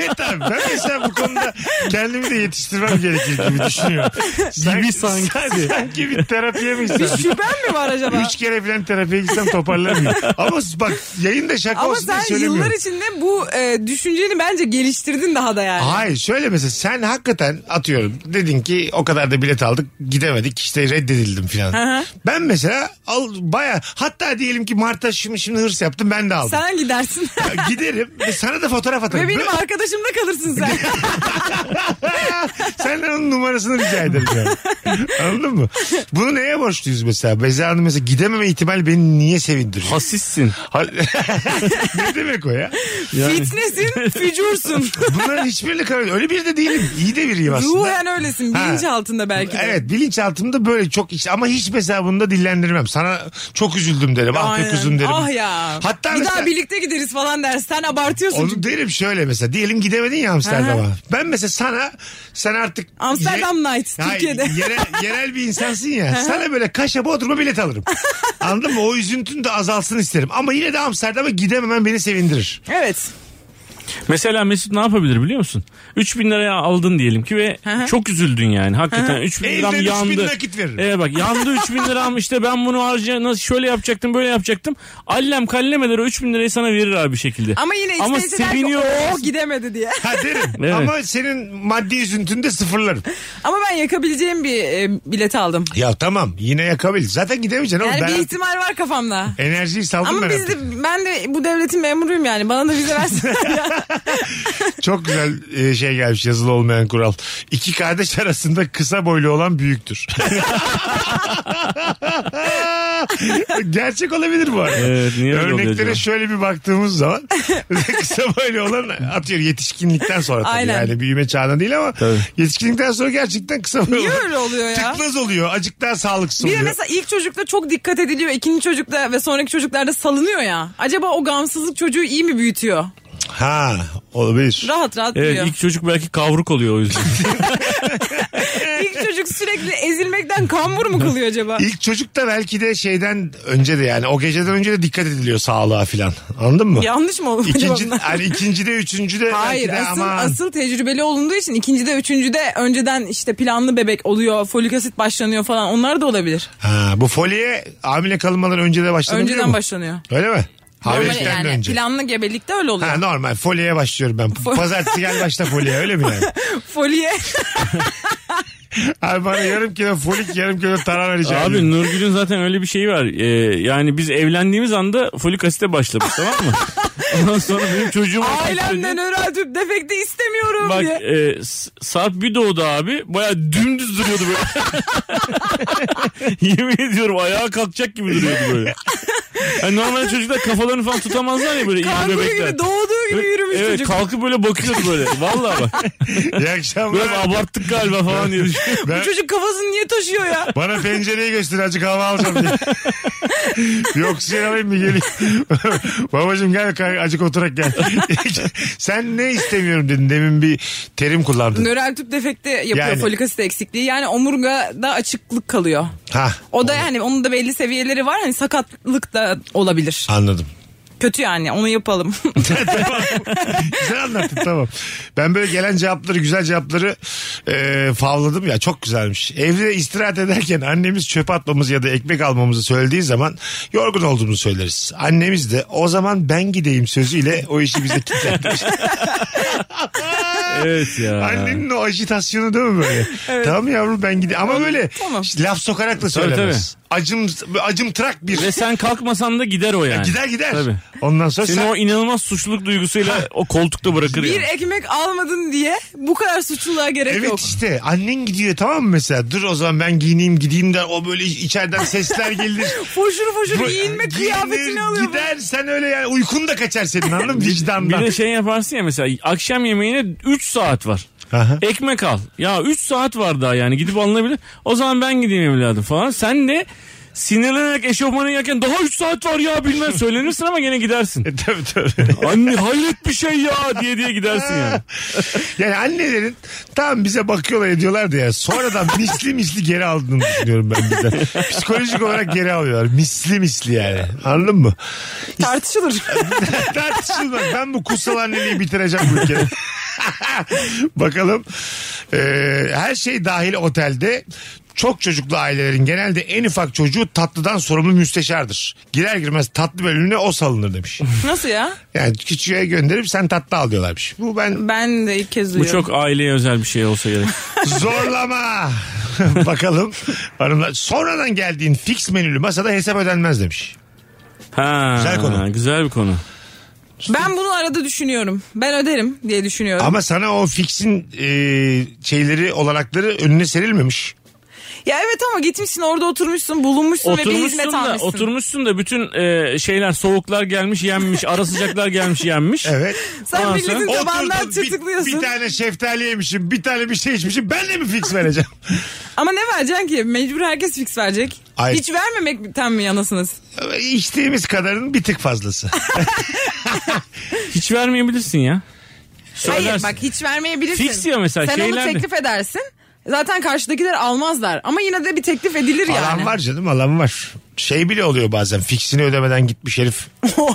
Speaker 3: evet abi ben mesela bu konuda kendimi de yetiştirmem gerekir gibi düşünüyorum. Sanki, sanki. sanki bir terapiye mi
Speaker 4: Bir
Speaker 3: gitsem?
Speaker 4: şüphen mi var acaba?
Speaker 3: Üç kere falan terapiye gitsem toparlanmıyor. Ama bak yayında şaka
Speaker 4: Ama
Speaker 3: olsun diye
Speaker 4: sen
Speaker 3: söylemiyorum.
Speaker 4: yıllar içinde bu e, düşünceni bence geliştirdin daha da yani.
Speaker 3: Hayır şöyle mesela sen hakikaten atıyorum dedin ki o kadar da bilet aldık gidemedik işte reddedildim
Speaker 4: Hı hı.
Speaker 3: falan. ben mesela al, baya hatta diyelim ki Mart'a şimdi, şimdi hırs yaptım ben de aldım.
Speaker 4: Sen gidersin. [LAUGHS]
Speaker 3: Ya Giderim ve sana da fotoğraf atarım.
Speaker 4: Ve benim
Speaker 3: Böyle-
Speaker 4: arkadaşımda
Speaker 3: [LAUGHS]
Speaker 4: kalırsın sen.
Speaker 3: Senden onun numarasını rica ederim yani.
Speaker 4: [LAUGHS]
Speaker 3: Anladın mı? Bunu neye borçluyuz mesela? Beyza Hanım mesela gidememe ihtimali beni niye sevindiriyor?
Speaker 5: Hasissin.
Speaker 3: [LAUGHS] ne demek o ya?
Speaker 4: Fitnesin,
Speaker 3: [LAUGHS]
Speaker 4: fücursun.
Speaker 3: Bunların hiçbirini kabul Öyle biri de değilim. İyi de biriyim aslında.
Speaker 4: Ruhen öylesin. Bilinç
Speaker 3: Ha.
Speaker 4: altında belki de.
Speaker 3: Evet bilinçaltımda böyle çok iş ama hiç mesela bunu da dillendirmem. Sana çok üzüldüm derim. Ah be
Speaker 4: Aynen.
Speaker 3: kuzum derim.
Speaker 4: Ah ya.
Speaker 3: Hatta
Speaker 4: bir
Speaker 3: mesela-
Speaker 4: daha birlikte gideriz falan der. Sen abartıyorsun.
Speaker 3: Onu derim şöyle mesela. Diyelim gidemedin ya Amsterdam'a.
Speaker 4: Aha.
Speaker 3: Ben mesela sana sen artık
Speaker 4: Amsterdam Night
Speaker 3: Hayır,
Speaker 4: Türkiye'de.
Speaker 3: yerel, yerel bir insansın ya.
Speaker 4: Aha.
Speaker 3: sana böyle kaşa bodruma bilet
Speaker 4: [LAUGHS]
Speaker 3: alırım. Anladın mı? O üzüntün de azalsın isterim. Ama yine de Amsterdam'a gidememen beni sevindirir.
Speaker 4: [LAUGHS] Evet.
Speaker 5: Mesela Mesut ne yapabilir biliyor musun? 3000 liraya aldın diyelim ki ve
Speaker 4: hı.
Speaker 5: çok üzüldün yani.
Speaker 4: Hı
Speaker 5: Hakikaten
Speaker 4: hı.
Speaker 5: 3000
Speaker 3: Elden
Speaker 5: liram
Speaker 3: 3000
Speaker 5: yandı.
Speaker 3: nakit veririm.
Speaker 5: Evet bak yandı 3000
Speaker 4: [LAUGHS]
Speaker 5: liram işte ben bunu harcaya nasıl şöyle yapacaktım böyle yapacaktım. Allem kallem eder o 3000 lirayı sana verir abi bir şekilde.
Speaker 4: Ama yine içten
Speaker 5: Ama
Speaker 4: içe der ki,
Speaker 5: seviniyor.
Speaker 4: "Oh, gidemedi diye. [LAUGHS]
Speaker 3: Ha derim.
Speaker 5: Evet.
Speaker 3: [LAUGHS] Ama senin maddi üzüntünü de sıfırlarım.
Speaker 4: Ama ben yakabileceğim bir e, bilet aldım.
Speaker 3: Ya tamam yine yakabilir. Zaten gidemeyeceksin ama
Speaker 4: Yani bir
Speaker 3: ben
Speaker 4: ihtimal var kafamda.
Speaker 3: enerjiyi saldım
Speaker 4: Ama
Speaker 3: ben
Speaker 4: biz
Speaker 3: artık.
Speaker 4: de, ben de bu devletin memuruyum yani. Bana da vize [LAUGHS] versinler ya.
Speaker 3: Çok güzel e, şey gelmiş yazılı olmayan kural. İki kardeş arasında kısa boylu olan büyüktür. [LAUGHS] Gerçek olabilir bu arada.
Speaker 5: Evet, niye öyle oluyor
Speaker 3: Örneklere
Speaker 5: acaba?
Speaker 3: şöyle bir baktığımız zaman [LAUGHS] kısa boylu olan atıyor yetişkinlikten sonra tabii
Speaker 4: Aynen.
Speaker 3: yani büyüme çağına değil ama
Speaker 5: Tabii.
Speaker 3: yetişkinlikten sonra gerçekten kısa boylu.
Speaker 4: Niye
Speaker 3: olan
Speaker 4: öyle oluyor ya?
Speaker 3: Tıknaz oluyor azıcık daha sağlıksız
Speaker 4: Bir de
Speaker 3: oluyor.
Speaker 4: mesela ilk çocukta çok dikkat ediliyor. ikinci çocukta ve sonraki çocuklarda salınıyor ya. Acaba o gamsızlık çocuğu iyi mi büyütüyor?
Speaker 3: Ha olabilir.
Speaker 4: Rahat rahat
Speaker 5: Evet
Speaker 4: büyüyor.
Speaker 5: ilk çocuk belki kavruk oluyor
Speaker 4: [LAUGHS]
Speaker 5: o yüzden.
Speaker 4: İlk çocuk sürekli ezilmekten kambur mu kılıyor acaba?
Speaker 3: İlk çocuk da belki de şeyden önce de yani o geceden önce de dikkat ediliyor sağlığa filan. Anladın mı?
Speaker 4: Yanlış mı oldu acaba
Speaker 3: İkinci,
Speaker 4: bunlar?
Speaker 3: hani ikinci de üçüncü de
Speaker 4: Hayır
Speaker 3: belki de
Speaker 4: asıl,
Speaker 3: aman.
Speaker 4: asıl tecrübeli olunduğu için ikincide üçüncüde önceden işte planlı bebek oluyor folik asit başlanıyor falan onlar da olabilir.
Speaker 3: Ha, bu foliye hamile kalınmadan önce de başlanıyor
Speaker 4: önceden
Speaker 3: mu?
Speaker 4: başlanıyor.
Speaker 3: Öyle mi?
Speaker 4: Normal
Speaker 3: Hamilelikten
Speaker 4: yani
Speaker 3: de önce.
Speaker 4: planlı gebelikte öyle oluyor.
Speaker 3: Ha, normal foliye başlıyorum ben. Pazartesi gel başla foliye öyle mi
Speaker 4: [LAUGHS]
Speaker 3: yani?
Speaker 4: Foliye
Speaker 3: Abi bana yarım kilo folik yarım kilo taran rica ediyorum.
Speaker 5: Abi Nurgül'ün zaten öyle bir şeyi var. Ee, yani biz evlendiğimiz anda folik asite başlamış tamam
Speaker 4: [LAUGHS]
Speaker 5: mı? Ondan sonra benim çocuğum
Speaker 4: ailemden öğren tüp defekti istemiyorum
Speaker 5: Bak
Speaker 4: diye.
Speaker 5: e, s- saat bir doğdu abi. Baya dümdüz duruyordu böyle. [LAUGHS] Yemin ediyorum ayağa kalkacak gibi duruyordu böyle. Yani normal çocuklar kafalarını falan tutamazlar ya böyle iyi
Speaker 4: Kanguru
Speaker 5: bebekler.
Speaker 4: gibi doğduğu gibi yürümüş
Speaker 5: evet,
Speaker 4: çocuk.
Speaker 5: kalkıp böyle bakıyordu böyle. Vallahi bak.
Speaker 3: İyi akşamlar.
Speaker 5: Biraz abarttık galiba falan
Speaker 4: [LAUGHS]
Speaker 5: diye düşünüyorum.
Speaker 3: Ben-
Speaker 4: Bu çocuk kafasını niye taşıyor ya?
Speaker 3: Bana pencereyi göster azıcık hava alacağım [LAUGHS] diye. Bir oksijen alayım mı geleyim. [LAUGHS] Babacım gel kay- azıcık oturak
Speaker 4: [LAUGHS]
Speaker 3: gel. [LAUGHS] Sen ne istemiyorum dedin demin bir terim kullandın.
Speaker 4: [LAUGHS] Nöral tüp defekti yapıyor
Speaker 3: Yani.
Speaker 4: folik asit eksikliği. Yani omurgada açıklık kalıyor.
Speaker 3: Ha
Speaker 4: O da yani onun da belli seviyeleri var. Hani sakatlık da olabilir.
Speaker 3: anladım.
Speaker 4: Kötü yani onu yapalım.
Speaker 3: Güzel anlattın tamam. Ben böyle gelen cevapları güzel cevapları e, favladım ya çok güzelmiş. Evde istirahat ederken annemiz çöp atmamızı ya da ekmek almamızı söylediği zaman yorgun olduğumuzu söyleriz. Annemiz de o zaman ben gideyim sözüyle o işi bize kilitlendir.
Speaker 5: Evet ya.
Speaker 3: Annenin
Speaker 5: [LAUGHS]
Speaker 3: o ajitasyonu değil mi böyle? Tamam yavrum ben gideyim ama böyle
Speaker 4: Tamam.
Speaker 3: laf sokarak da
Speaker 5: Tabii,
Speaker 3: söylemez. acım acım trak bir.
Speaker 5: Ve sen kalkmasan da gider o yani.
Speaker 3: Gider gider. Ondan sonra
Speaker 5: Seni
Speaker 3: sen-
Speaker 5: o inanılmaz suçluluk duygusuyla o koltukta
Speaker 4: [LAUGHS]
Speaker 5: bırakır
Speaker 4: Bir
Speaker 5: yani.
Speaker 4: ekmek almadın diye bu kadar suçluluğa gerek
Speaker 3: Evet
Speaker 4: yok.
Speaker 3: işte annen gidiyor tamam mı mesela dur o zaman ben giyineyim gideyim de o böyle içeriden sesler gelir.
Speaker 4: Foşur foşur
Speaker 3: Bu-
Speaker 4: giyinme
Speaker 3: giyinir,
Speaker 4: kıyafetini alıyor. bu.
Speaker 3: Gider sen öyle yani uykun da kaçar senin anladın mı vicdandan.
Speaker 5: Bir de şey yaparsın ya mesela akşam yemeğine 3 saat var. Ekmek al. Ya 3 saat var daha yani gidip alınabilir. O zaman ben gideyim evladım falan. Sen de sinirlenerek eşofmanı yerken daha 3 saat var ya bilmem söylenirsin ama
Speaker 3: [LAUGHS]
Speaker 5: gene gidersin.
Speaker 3: [LAUGHS] tabii tabii.
Speaker 5: Anne hayret bir şey ya diye diye gidersin yani.
Speaker 3: yani annelerin tam bize bakıyorlar ediyorlar da ya sonradan misli misli geri aldığını düşünüyorum ben bizden. Psikolojik olarak geri alıyorlar. Misli misli yani. Anladın mı?
Speaker 4: Tartışılır.
Speaker 3: Tartışılmaz. Ben bu kutsal anneliği bitireceğim bu ülkede. [LAUGHS] Bakalım. Ee, her şey dahil otelde çok çocuklu ailelerin genelde en ufak çocuğu tatlıdan sorumlu müsteşardır. Girer girmez tatlı bölümüne o salınır demiş.
Speaker 4: Nasıl ya?
Speaker 3: Yani küçüğe gönderip sen tatlı al diyorlarmış. Bu ben
Speaker 4: Ben de ilk kez
Speaker 5: Bu
Speaker 4: duyuyorum.
Speaker 5: çok aileye özel bir şey olsa gerek.
Speaker 3: zorlama. [LAUGHS] Bakalım hanımlar. Sonradan geldiğin fix menülü masada hesap ödenmez demiş.
Speaker 5: Ha,
Speaker 3: Güzel konu.
Speaker 5: Güzel bir konu.
Speaker 4: Ben bunu arada düşünüyorum. Ben öderim diye düşünüyorum.
Speaker 3: Ama sana o fixin e, şeyleri olanakları önüne serilmemiş.
Speaker 4: Ya evet ama gitmişsin orada oturmuşsun bulunmuşsun ve bir hizmet
Speaker 5: Oturmuşsun da,
Speaker 4: almışsın.
Speaker 5: oturmuşsun da bütün e, şeyler soğuklar gelmiş yenmiş, ara sıcaklar gelmiş yenmiş.
Speaker 3: Evet.
Speaker 4: Sen
Speaker 5: Ondan
Speaker 4: milletin
Speaker 5: sonra-
Speaker 4: tabağından
Speaker 3: Oturdum, bir-
Speaker 4: tırtıklıyorsun.
Speaker 3: Bir, tane şeftali yemişim, bir tane bir şey içmişim. Ben de mi fix vereceğim?
Speaker 4: Ama ne vereceksin ki? Mecbur herkes fix verecek.
Speaker 3: Hayır.
Speaker 4: Hiç vermemekten mi yanasınız?
Speaker 3: [LAUGHS] İçtiğimiz kadarın bir tık [LAUGHS] fazlası.
Speaker 5: Hiç vermeyebilirsin ya.
Speaker 4: Hayır
Speaker 5: Söylersin.
Speaker 4: bak hiç vermeyebilirsin.
Speaker 5: Fix diyor mesela,
Speaker 4: Sen
Speaker 5: şeyler
Speaker 4: onu
Speaker 5: de-
Speaker 4: teklif edersin. Zaten karşıdakiler almazlar. Ama yine de bir teklif edilir yani.
Speaker 3: Alan var canım alan var. Şey bile oluyor bazen fixini ödemeden gitmiş herif.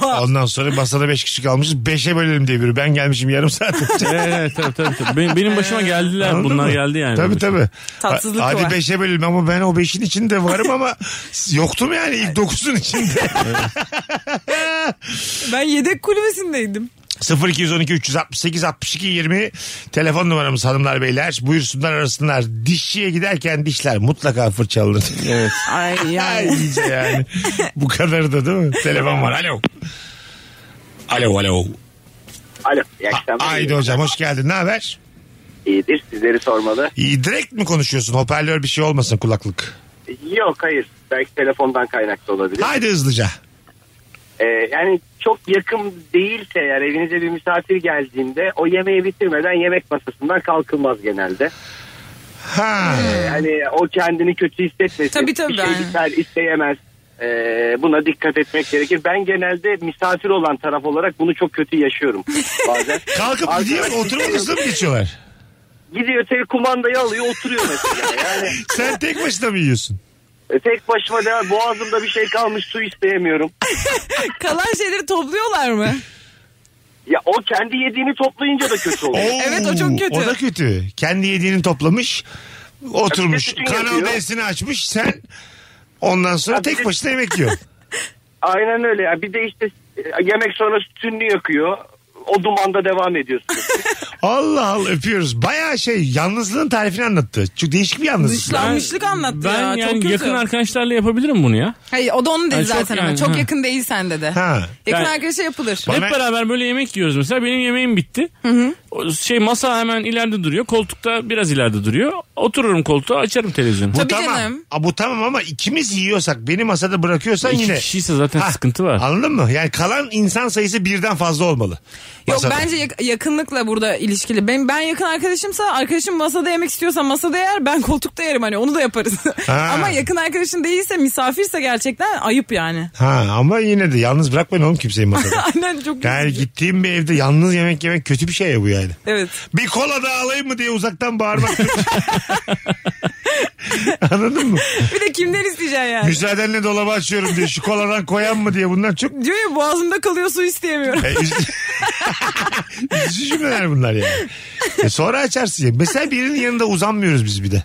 Speaker 3: Ondan sonra masada 5 kişi kalmışız 5'e bölelim diye biri. Ben gelmişim yarım saat önce.
Speaker 5: [LAUGHS] Evet, evet tabii tabii. tabii. Benim, benim başıma geldiler
Speaker 3: Anladın
Speaker 5: bunlar
Speaker 3: mı?
Speaker 5: geldi yani.
Speaker 3: Tabii tabii.
Speaker 4: Tatsızlık
Speaker 3: Hadi
Speaker 4: var.
Speaker 3: 5'e bölelim ama ben o 5'in içinde varım [LAUGHS] ama yoktum yani ilk 9'un içinde.
Speaker 4: Ben yedek kulübesindeydim.
Speaker 3: 0212 368 62 20 telefon numaramız hanımlar beyler buyursunlar arasınlar dişçiye giderken dişler mutlaka fırçalanır. [LAUGHS]
Speaker 5: Evet.
Speaker 4: Ay
Speaker 3: Ay
Speaker 4: yani.
Speaker 3: iyice yani bu kadar da değil mi? Telefon var alo. Alo alo.
Speaker 9: Alo. iyi akşamlar.
Speaker 3: Haydi hocam hoş geldin ne haber?
Speaker 9: İyidir. Sizleri sormalı.
Speaker 3: İyi direkt mi konuşuyorsun hoparlör bir şey olmasın kulaklık.
Speaker 9: Yok hayır. Belki telefondan kaynaklı olabilir.
Speaker 3: Haydi hızlıca.
Speaker 9: Ee, yani çok yakın değilse eğer evinize bir misafir geldiğinde o yemeği bitirmeden yemek masasından kalkılmaz genelde.
Speaker 3: Ha.
Speaker 9: Ee, hani o kendini kötü hissetmesin.
Speaker 4: Tabii, tabii.
Speaker 9: Bir şey biter, isteyemez. Ee, buna dikkat etmek gerekir. Ben genelde misafir olan taraf olarak bunu çok kötü yaşıyorum bazen.
Speaker 3: Kalkıp gidiyor oturma odasına mı geçiyorlar?
Speaker 9: Gidiyor tel kumandayı alıyor oturuyor mesela. Yani
Speaker 3: Sen tek başına mı yiyorsun?
Speaker 9: e, tek başıma da boğazımda bir şey kalmış su isteyemiyorum.
Speaker 4: Kalan şeyleri topluyorlar mı?
Speaker 9: Ya o kendi yediğini toplayınca da kötü
Speaker 3: [LAUGHS]
Speaker 9: oluyor.
Speaker 4: Evet, o çok kötü.
Speaker 3: O da kötü. Kendi yediğini toplamış oturmuş.
Speaker 9: Bir de sütün
Speaker 3: Kanal
Speaker 9: yapıyor.
Speaker 3: D'sini açmış sen ondan sonra
Speaker 9: Ya bir
Speaker 3: tek
Speaker 9: de-
Speaker 3: başına
Speaker 9: [LAUGHS]
Speaker 3: yemek yiyor.
Speaker 9: Aynen öyle ya. Bir de işte e, yemek sonra sütünü yakıyor. O dumanda devam ediyorsun.
Speaker 3: Allah Allah öpüyoruz. Baya şey yalnızlığın tarifini anlattı. Çok değişik bir yalnızlık.
Speaker 4: Dışlanmışlık anlattı
Speaker 5: Ben
Speaker 4: ya. çok
Speaker 5: yani
Speaker 4: kötü.
Speaker 5: yakın arkadaşlarla yapabilirim bunu ya.
Speaker 4: Hayır o da onu dedi
Speaker 5: Ay, çok
Speaker 4: zaten ama.
Speaker 5: yani,
Speaker 4: Çok
Speaker 5: ha.
Speaker 4: yakın değilsen dedi.
Speaker 3: Ha.
Speaker 4: Yakın
Speaker 5: Ben-
Speaker 4: arkadaşa yapılır.
Speaker 5: Hep beraber böyle yemek yiyoruz mesela. Benim yemeğim bitti. O Şey masa hemen ileride duruyor. Koltukta biraz ileride duruyor. Otururum koltuğa açarım televizyonu.
Speaker 3: Bu
Speaker 4: Tabii
Speaker 3: tamam.
Speaker 4: canım.
Speaker 3: Aa, bu tamam ama ikimiz yiyorsak beni masada bırakıyorsan
Speaker 5: İki
Speaker 3: yine.
Speaker 5: kişiyse zaten
Speaker 3: Ha, [LAUGHS]
Speaker 5: sıkıntı var.
Speaker 3: Anladın mı? Yani kalan insan sayısı birden fazla olmalı.
Speaker 4: Yok
Speaker 3: Masada.
Speaker 4: bence yak- yakınlıkla burada ilişkili. Ben ben yakın arkadaşımsa arkadaşım masada yemek istiyorsa masada yer ben koltukta yerim hani onu da yaparız.
Speaker 3: Ha.
Speaker 4: [LAUGHS] Ama yakın arkadaşın değilse misafirse gerçekten ayıp yani.
Speaker 3: Ha ama yine de yalnız bırakmayın oğlum kimseyi masada.
Speaker 4: [LAUGHS] Aynen çok
Speaker 3: yani
Speaker 4: üzücü.
Speaker 3: gittiğim bir evde yalnız yemek yemek kötü bir şey ya bu yani.
Speaker 4: Evet.
Speaker 3: Bir kola daha alayım mı diye uzaktan bağırmak. [LAUGHS] Anladın mı?
Speaker 4: Bir de kimden isteyeceksin yani?
Speaker 3: Müsaadenle dolabı açıyorum diye şu koladan koyan mı diye bunlar çok
Speaker 4: Diyor ya boğazımda kalıyor su isteyemiyorum.
Speaker 3: E, üz- Üzücü cümleler bunlar yani. E, sonra açarsın. ya. Mesela birinin yanında uzanmıyoruz biz bir de.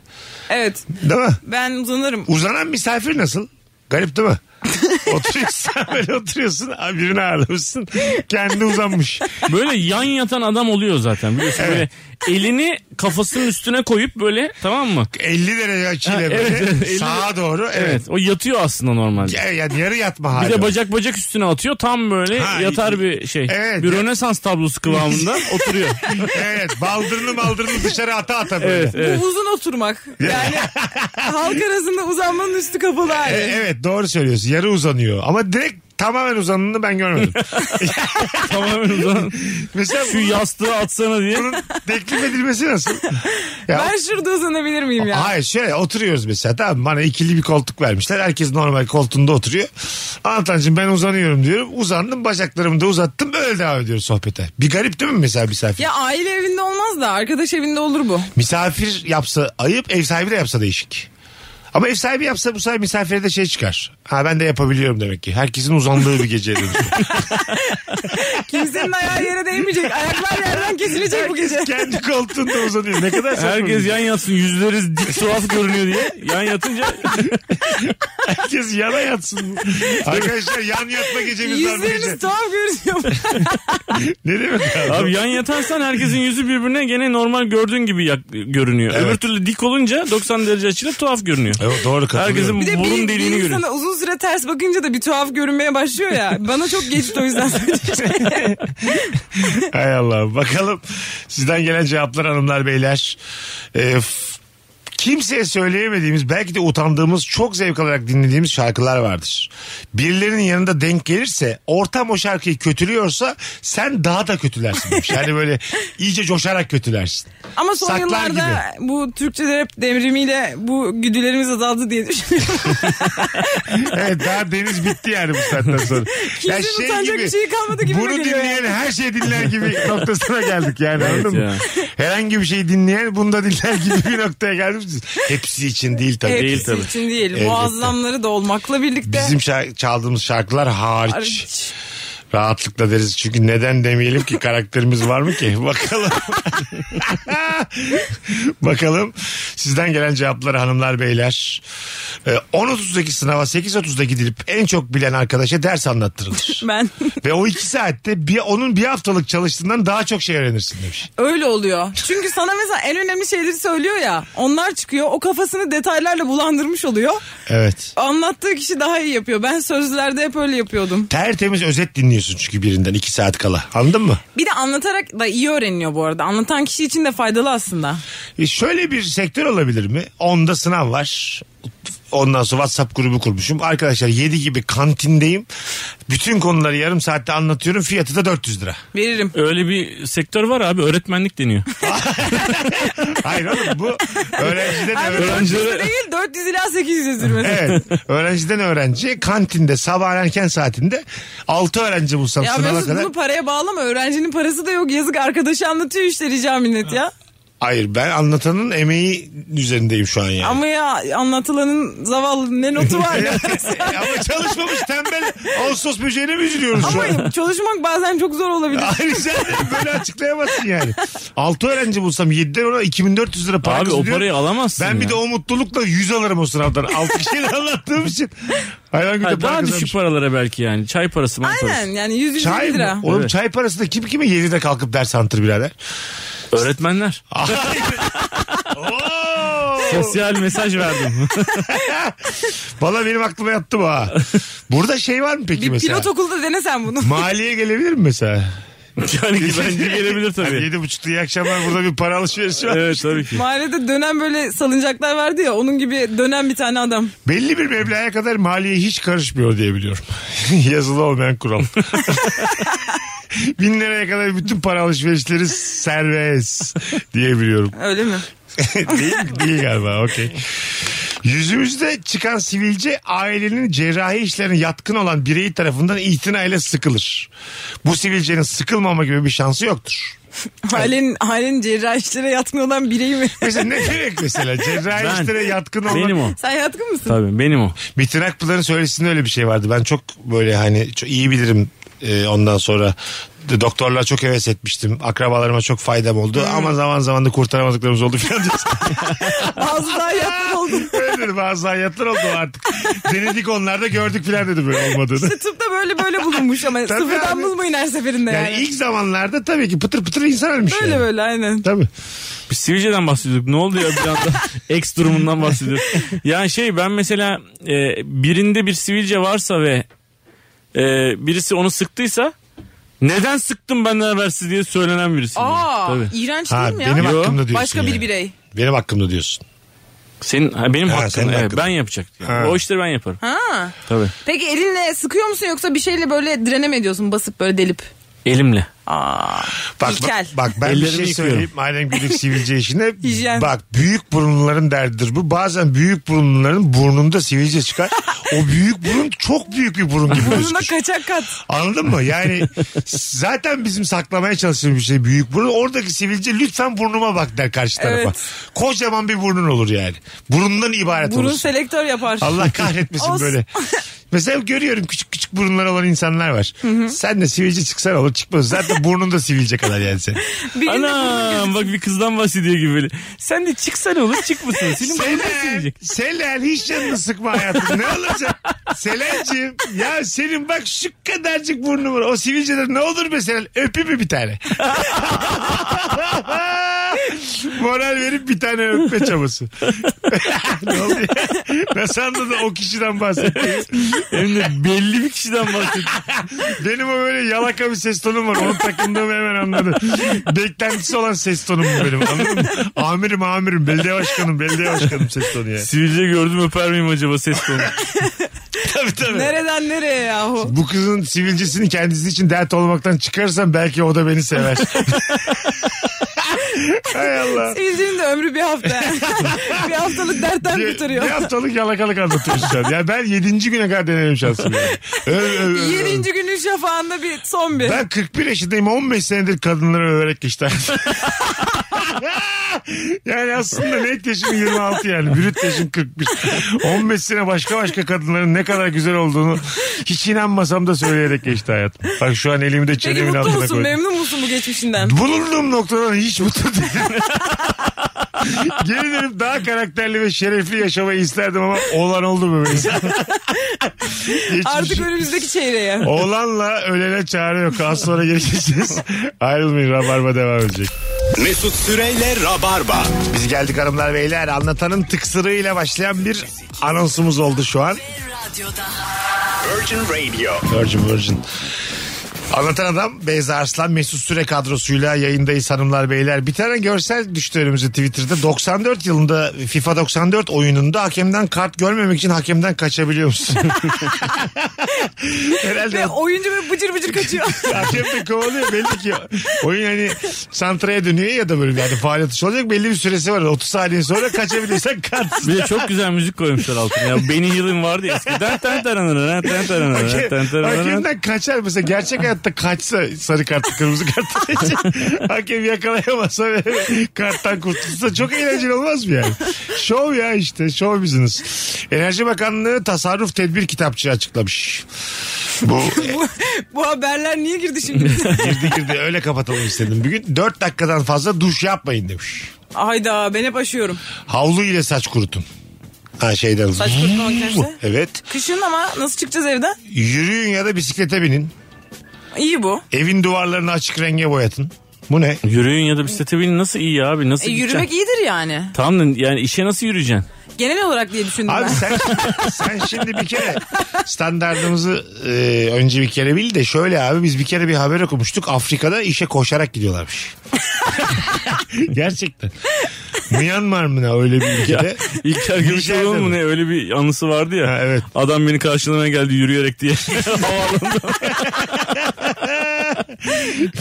Speaker 4: evet
Speaker 3: Değil mi?
Speaker 4: ben uzanırım.
Speaker 3: Uzanan misafir nasıl? Garip değil mi? [LAUGHS] Oturuyorsun böyle oturuyorsun. Abi birini ağırlamışsın. Kendi uzanmış.
Speaker 5: Böyle yan yatan adam oluyor zaten biliyorsun böyle elini kafasının üstüne koyup böyle tamam mı?
Speaker 3: 50 derece açıyla
Speaker 5: Ha,
Speaker 3: böyle
Speaker 5: evet, evet, elli-
Speaker 3: sağa doğru. Evet.
Speaker 5: Evet, o yatıyor aslında normalde.
Speaker 3: Ya, yani yarı yatma hali.
Speaker 5: Bir de
Speaker 3: o.
Speaker 5: bacak bacak üstüne atıyor tam böyle
Speaker 3: Ha,
Speaker 5: yatar bir şey.
Speaker 3: evet.
Speaker 5: bir Rönesans
Speaker 3: [LAUGHS]
Speaker 5: tablosu kıvamında oturuyor.
Speaker 3: [LAUGHS] evet baldırını baldırını dışarı ata ata böyle.
Speaker 5: Evet, evet.
Speaker 4: Bu uzun
Speaker 3: [LAUGHS]
Speaker 4: oturmak. Yani halk arasında uzanmanın üstü kapalı hali.
Speaker 3: E, evet doğru söylüyorsun. Yarı uzanıyor. Ama direkt tamamen uzanını ben görmedim.
Speaker 5: Tamamen uzan.
Speaker 3: Mesela
Speaker 5: Şu [LAUGHS] yastığı atsana diye.
Speaker 3: bunun teklif edilmesi nasıl? Ya,
Speaker 4: Ben şurada uzanabilir miyim ya?
Speaker 3: Hayır şöyle oturuyoruz mesela tamam mı? bana ikili bir koltuk vermişler. Herkes normal koltuğunda oturuyor. Anlatancığım ben uzanıyorum diyorum. Uzandım bacaklarımı da uzattım böyle devam ediyoruz sohbete. Bir garip değil mi mesela misafir?
Speaker 4: Ya aile evinde olmaz da arkadaş evinde olur bu.
Speaker 3: Misafir yapsa ayıp ev sahibi de yapsa değişik. Ama ev sahibi yapsa bu sefer misafire de şey çıkar. Ha ben de yapabiliyorum demek ki. Herkesin uzandığı bir gece dönüşür. [LAUGHS]
Speaker 4: Kimsenin ayağı yere değmeyecek. Ayaklar yerden kesilecek bu gece.
Speaker 3: Kendi koltuğunda uzanıyor. Ne kadar saçma.
Speaker 5: Herkes yan yatsın yüzleri dik tuhaf görünüyor diye. Yan yatınca
Speaker 3: Herkes yana yatsın. Arkadaşlar yan yatma gecemiz var bu gece.
Speaker 4: Yüzleriniz tuhaf görünüyor.
Speaker 3: Ne demek abi?
Speaker 5: abi yan yatarsan herkesin yüzü birbirine gene normal gördüğün gibi yak- görünüyor. Öbür türlü dik olunca 90 derece açılıp tuhaf görünüyor.
Speaker 3: Evet, doğru katılıyorum.
Speaker 5: Herkesin
Speaker 3: [LAUGHS]
Speaker 4: Bir de
Speaker 5: burun
Speaker 4: bir, bir
Speaker 5: deliğini görüyorsun.
Speaker 4: insana uzun süre ters bakınca da bir tuhaf görünmeye başlıyor ya. Bana çok geçti
Speaker 3: [LAUGHS]
Speaker 4: o yüzden.
Speaker 3: Hay Allah. Bakalım sizden gelen cevaplar hanımlar beyler. Ee, f- kimseye söyleyemediğimiz belki de utandığımız çok zevk alarak dinlediğimiz şarkılar vardır. Birilerinin yanında denk gelirse ortam o şarkıyı kötülüyorsa sen daha da kötülersin demiş. Yani böyle iyice coşarak kötülersin.
Speaker 4: Ama son
Speaker 3: Saklar
Speaker 4: yıllarda bu Türkçe rap devrimiyle bu güdülerimiz azaldı diye düşünüyorum.
Speaker 3: Evet daha deniz bitti yani bu saatten sonra.
Speaker 4: [LAUGHS]
Speaker 3: şey
Speaker 4: Kimsenin utanacak bir şeyi kalmadı gibi
Speaker 3: Bunu
Speaker 4: geliyor
Speaker 3: dinleyen
Speaker 4: yani.
Speaker 3: her şeyi dinler
Speaker 4: [LAUGHS]
Speaker 3: gibi noktasına geldik yani anladın mı?
Speaker 5: ya.
Speaker 3: Herhangi bir şeyi dinleyen bunu da dinler gibi bir noktaya geldik. Hepsi için değil tabii.
Speaker 4: Hepsi için değil.
Speaker 3: Elbette.
Speaker 4: Muazzamları da olmakla birlikte.
Speaker 3: Bizim şa- çaldığımız şarkılar hariç.
Speaker 4: Hariç.
Speaker 3: Rahatlıkla deriz çünkü neden demeyelim ki karakterimiz var mı ki? [LAUGHS] Bakalım. Bakalım sizden gelen cevapları hanımlar beyler. Ee, 10.30'daki sınava 8.30'da gidilip en çok bilen arkadaşa ders
Speaker 4: [LAUGHS]
Speaker 3: anlattırılır.
Speaker 4: Ben
Speaker 3: Ve o iki saatte bir, onun bir haftalık çalıştığından daha çok şey öğrenirsin demiş.
Speaker 4: öyle oluyor. Çünkü sana mesela en önemli şeyleri söylüyor ya. Onlar çıkıyor. O kafasını detaylarla bulandırmış oluyor.
Speaker 3: Evet.
Speaker 4: Anlattığı kişi daha iyi yapıyor. Ben sözlerde hep öyle yapıyordum.
Speaker 3: Tertemiz özet dinliyorsun çünkü birinden iki saat kala. Anladın mı?
Speaker 4: Bir de anlatarak da iyi öğreniyor bu arada. Anlatan kişi için de faydalı aslında.
Speaker 3: E şöyle bir sektör olabilir mi? Onda sınav var. Ondan sonra WhatsApp grubu kurmuşum. Arkadaşlar 7 gibi kantindeyim. Bütün konuları yarım saatte anlatıyorum. Fiyatı da 400 lira.
Speaker 4: Veririm.
Speaker 5: Öyle bir sektör var abi öğretmenlik deniyor.
Speaker 3: Hayır oğlum
Speaker 4: [LAUGHS]
Speaker 3: bu öğrenciden öğrenci.
Speaker 4: 400
Speaker 5: Öğrenci-
Speaker 4: değil 400 ila 800 lira. mesela.
Speaker 3: Evet. Öğrenciden öğrenci kantinde sabah erken saatinde 6 öğrenci bulsam
Speaker 4: Ya
Speaker 3: sınava
Speaker 4: Mesut
Speaker 3: kadar.
Speaker 4: bunu paraya bağlama. Öğrencinin parası da yok. Yazık arkadaşı anlatıyor işte rica minnet ya.
Speaker 3: Hayır ben anlatanın emeği üzerindeyim şu an yani.
Speaker 4: Ama ya anlatılanın zavallı ne notu var ya.
Speaker 3: [LAUGHS] Ama çalışmamış tembel Ağustos böceğine mi üzülüyoruz şu an?
Speaker 4: Ama çalışmak bazen çok zor olabilir.
Speaker 3: Ay rica ederim şey, böyle açıklayamazsın yani. 6 öğrenci bulsam 7'den ona 2400 lira para
Speaker 5: Abi o
Speaker 3: kazanıyorum.
Speaker 5: parayı alamazsın
Speaker 3: Ben bir
Speaker 5: ya.
Speaker 3: de o mutlulukla 100 alırım o sınavdan. 6 kişiyle anlattığım için. Hayvan gibi de
Speaker 5: Ha,
Speaker 3: para
Speaker 5: daha
Speaker 3: kazanmış.
Speaker 5: düşük paralara belki yani. Çay parası mı?
Speaker 4: Aynen yani 100
Speaker 3: Çay
Speaker 4: 150 lira.
Speaker 3: mı? Oğlum çay parası da kim kime 7'de kalkıp ders antır birader.
Speaker 5: Öğretmenler.
Speaker 3: Hayır. Oo.
Speaker 5: Sosyal
Speaker 3: [LAUGHS]
Speaker 5: mesaj verdim.
Speaker 3: Valla benim aklıma yattı bu ha. Burada şey var mı peki
Speaker 4: Bir
Speaker 3: mesela?
Speaker 4: pilot okulda dene sen bunu.
Speaker 3: Maliye gelebilir mi mesela?
Speaker 5: yani bence gelebilir
Speaker 3: Hani
Speaker 5: tabii.
Speaker 3: Yedi buçukta iyi akşamlar burada bir para alışverişi var.
Speaker 5: Evet tabii ki.
Speaker 4: [LAUGHS] Mahallede dönen böyle salıncaklar vardı ya onun gibi dönen bir tane adam.
Speaker 3: Belli bir meblağa kadar maliye hiç karışmıyor diye biliyorum. [LAUGHS] Yazılı olmayan kural. Bin liraya kadar bütün para alışverişleri serbest diye biliyorum. [LAUGHS]
Speaker 4: Öyle mi?
Speaker 3: değil, değil galiba okey. Yüzümüzde çıkan sivilce ailenin cerrahi işlerine yatkın olan bireyi tarafından itinayla sıkılır. Bu sivilcenin sıkılmama gibi bir şansı yoktur.
Speaker 4: Ailenin, ailenin cerrahi işlere yatkın olan birey mi? [LAUGHS]
Speaker 3: Mesela ne demek mesela cerrahi
Speaker 5: Ben.
Speaker 3: işlere yatkın olan...
Speaker 5: Benim o.
Speaker 4: [LAUGHS] sen yatkın mısın?
Speaker 5: Tabii benim o.
Speaker 3: Metin Akpınar'ın söylesin öyle bir şey vardı. Ben çok böyle hani çok iyi bilirim e, ondan sonra de- doktorlar çok heves etmiştim. Akrabalarıma çok faydam oldu.
Speaker 4: Hmm.
Speaker 3: Ama zaman zaman da kurtaramadıklarımız oldu falan diyorsun.
Speaker 4: Bazı
Speaker 3: [LAUGHS]
Speaker 4: daha yatır [LAUGHS] oldu.
Speaker 3: Öyle dedim bazı hayatlar oldu artık. Denedik onlarda gördük falan dedi böyle olmadığını.
Speaker 4: İşte tıpta böyle böyle bulunmuş ama
Speaker 3: Tabii
Speaker 4: sıfırdan
Speaker 3: abi.
Speaker 4: bulmayın her seferinde yani.
Speaker 3: Yani ilk zamanlarda tabii ki pıtır pıtır insan ölmüş.
Speaker 4: Böyle
Speaker 3: yani.
Speaker 4: böyle aynen.
Speaker 3: Tabii.
Speaker 5: Biz sivilceden bahsediyorduk. Ne oldu ya bir anda? [LAUGHS] Ex durumundan bahsediyoruz. Yani şey ben mesela e, birinde bir sivilce varsa ve e, birisi onu sıktıysa neden sıktın benden habersiz diye söylenen birisi.
Speaker 4: Aa iğrenç değil mi ya?
Speaker 3: benim hakkımda diyorsun.
Speaker 4: Başka bir
Speaker 3: yani.
Speaker 4: birey.
Speaker 3: Benim hakkımda diyorsun.
Speaker 5: Senin, ha, benim
Speaker 3: Ha, senin
Speaker 5: hakkım. Evet,
Speaker 3: hakkın.
Speaker 5: ben yapacak.
Speaker 3: Ha.
Speaker 5: O işleri ben yaparım.
Speaker 4: Ha.
Speaker 5: Tabii.
Speaker 4: Peki elinle sıkıyor musun yoksa bir şeyle böyle direnem ediyorsun basıp böyle delip?
Speaker 5: Elimle.
Speaker 4: Aa.
Speaker 3: Bak,
Speaker 4: İlkel.
Speaker 3: bak, bak ben bir
Speaker 5: Ellerimi
Speaker 3: şey
Speaker 5: yıkıyorum.
Speaker 3: söyleyeyim. Madem güdük sivilce işine.
Speaker 4: [LAUGHS] Hijyen.
Speaker 3: bak büyük burunların derdidir bu. Bazen büyük burunların burnunda sivilce çıkar. o büyük burun çok büyük bir burun gibi gözükür.
Speaker 4: Burnuna kaçak kat.
Speaker 3: Anladın mı?
Speaker 4: [LAUGHS]
Speaker 3: Yani zaten bizim saklamaya çalıştığımız bir şey büyük burun. Oradaki sivilce lütfen burnuma bak der karşı tarafa.
Speaker 4: Evet.
Speaker 3: Kocaman bir burnun olur yani. Burundan ibaret
Speaker 4: Burun
Speaker 3: olursun.
Speaker 4: selektör yapar. [LAUGHS]
Speaker 3: Allah kahretmesin
Speaker 4: Olsun. [LAUGHS]
Speaker 3: böyle. Mesela görüyorum küçük küçük burunlar olan insanlar var. Sen de sivilce çıksan olur çıkmaz. Zaten burnun da sivilce kadar yani senin.
Speaker 4: Bir gün de
Speaker 5: Anam bak bir kızdan bahsediyor gibi böyle. Sen de çıksan olur çıkmasın. Senin burnuna
Speaker 3: Selen,
Speaker 5: silecek.
Speaker 3: Selen hiç canını sıkma hayatım. Ne olacak? Selen'cim ya senin bak şu kadarcık burnun var. O sivilceler ne olur be Selen? Öpü mü bir tane? [LAUGHS] Moral verip bir tane öpme çabası. [LAUGHS] ne oldu ya? Nasıl anladın o kişiden bahsettiğimi?
Speaker 5: Hem de belli bir
Speaker 3: [LAUGHS]
Speaker 5: kişiden bahsediyor.
Speaker 3: Benim o böyle yalaka bir ses tonum var. Onu takındığımı hemen anladı. Beklentisi olan ses tonum bu benim. Anladın mı? Amirim amirim. Belediye başkanım. Belediye başkanım ses tonu ya.
Speaker 5: Sivilce gördüm öper miyim acaba ses tonu?
Speaker 3: tabii tabii.
Speaker 4: Nereden nereye
Speaker 3: [LAUGHS]
Speaker 4: yahu?
Speaker 3: Bu kızın sivilcesini kendisi için dert olmaktan çıkarsam belki o da beni
Speaker 4: [LAUGHS]
Speaker 3: sever. Hay Allah.
Speaker 4: Sivilcinin de ömrü
Speaker 3: [LAUGHS]
Speaker 4: bir hafta. bir haftalık dertten
Speaker 3: Bir,
Speaker 4: kurtarıyor.
Speaker 3: bir haftalık yalakalık anlatıyorsun şu an. Ya ben yedinci güne kadar denerim şansımı.
Speaker 4: [LAUGHS]
Speaker 3: yani. Öv, öv, öv, öv.
Speaker 4: Yedinci günün şafağında bir son bir.
Speaker 3: Ben 41 yaşındayım 15 senedir kadınları överek geçti.
Speaker 4: [LAUGHS]
Speaker 3: hayatım. yani aslında net yaşım 26 yani. Brüt yaşım 41. 15 sene başka başka kadınların ne kadar güzel olduğunu hiç inanmasam da söyleyerek geçti hayatım. Bak şu an elimi de
Speaker 4: Peki
Speaker 3: çenemin
Speaker 4: mutlu
Speaker 3: altına
Speaker 4: musun?
Speaker 3: koydum.
Speaker 4: Memnun musun bu geçmişinden?
Speaker 3: Bulunduğum noktadan hiç mutlu değilim. [LAUGHS] Geri dönüp daha karakterli ve şerefli yaşamayı isterdim ama olan oldu mu böyle? şey
Speaker 4: Artık önümüzdeki çeyreğe.
Speaker 3: Oğlanla ölene çare yok. Az sonra geri geleceğiz. Ayrılmayın Rabarba devam edecek.
Speaker 2: Mesut Süreyle Rabarba.
Speaker 3: Biz geldik hanımlar beyler. Anlatanın tıksırığıyla başlayan bir anonsumuz oldu şu an.
Speaker 2: Virgin Radio.
Speaker 3: Virgin Virgin. Anlatan adam Beyza Arslan Mesut Süre kadrosuyla yayındayız hanımlar beyler. Bir tane görsel düştü önümüze Twitter'da. 94 yılında FIFA 94 oyununda hakemden kart görmemek için hakemden kaçabiliyor musun? Herhalde
Speaker 4: Ve oyuncu böyle bıcır bıcır kaçıyor.
Speaker 3: [LAUGHS] Hakem de kovalıyor belli ki. Oyun hani santraya dönüyor ya da böyle yani faal atış olacak belli bir süresi var. 30 saniye sonra kaçabilirsen kartsın.
Speaker 5: Bir de çok güzel müzik koymuşlar altına ya. Beni yılın vardı ya eskiden. Tan taranana, tan taranana,
Speaker 3: Hakem-
Speaker 5: tan taranana.
Speaker 3: Hakemden kaçar mesela gerçek hayatta kaçsa sarı kartı kırmızı [LAUGHS] kartı hakem yakalayamasa ve [LAUGHS] karttan kurtulsa çok eğlenceli olmaz mı yani? Şov ya işte şov business. Enerji Bakanlığı tasarruf tedbir kitapçığı açıklamış. Bu
Speaker 4: bu, bu haberler niye girdi şimdi?
Speaker 3: [LAUGHS] girdi girdi öyle kapatalım istedim. Bugün 4 dakikadan fazla duş yapmayın demiş.
Speaker 4: Hayda ben hep aşıyorum.
Speaker 3: Havlu ile saç kurutun. Ha şeyden.
Speaker 4: Saç kurutma makinesi.
Speaker 3: Evet.
Speaker 4: Kışın ama nasıl çıkacağız evden?
Speaker 3: Yürüyün ya da bisiklete binin.
Speaker 4: İyi bu. E,
Speaker 3: Evin duvarlarını açık renge boyatın. Bu ne?
Speaker 5: Yürüyün ya da bisiklete binin nasıl iyi abi? Nasıl
Speaker 4: E,
Speaker 5: gideceksin?
Speaker 4: yürümek iyidir yani.
Speaker 5: Tamam da yani işe nasıl yürüyeceksin?
Speaker 4: Genel olarak diye düşündüm
Speaker 3: Abi
Speaker 4: ben.
Speaker 3: sen, sen şimdi bir kere standartımızı e, önce bir kere bil de şöyle abi biz bir kere bir haber okumuştuk. Afrika'da işe koşarak gidiyorlarmış. [LAUGHS] Gerçekten. Myanmar mı ne öyle bir ülkede?
Speaker 5: İlker Gümüşoğlu mu ne öyle bir anısı vardı ya.
Speaker 3: Ha, evet.
Speaker 5: Adam beni karşılamaya geldi
Speaker 3: [LAUGHS]
Speaker 5: yürüyerek diye.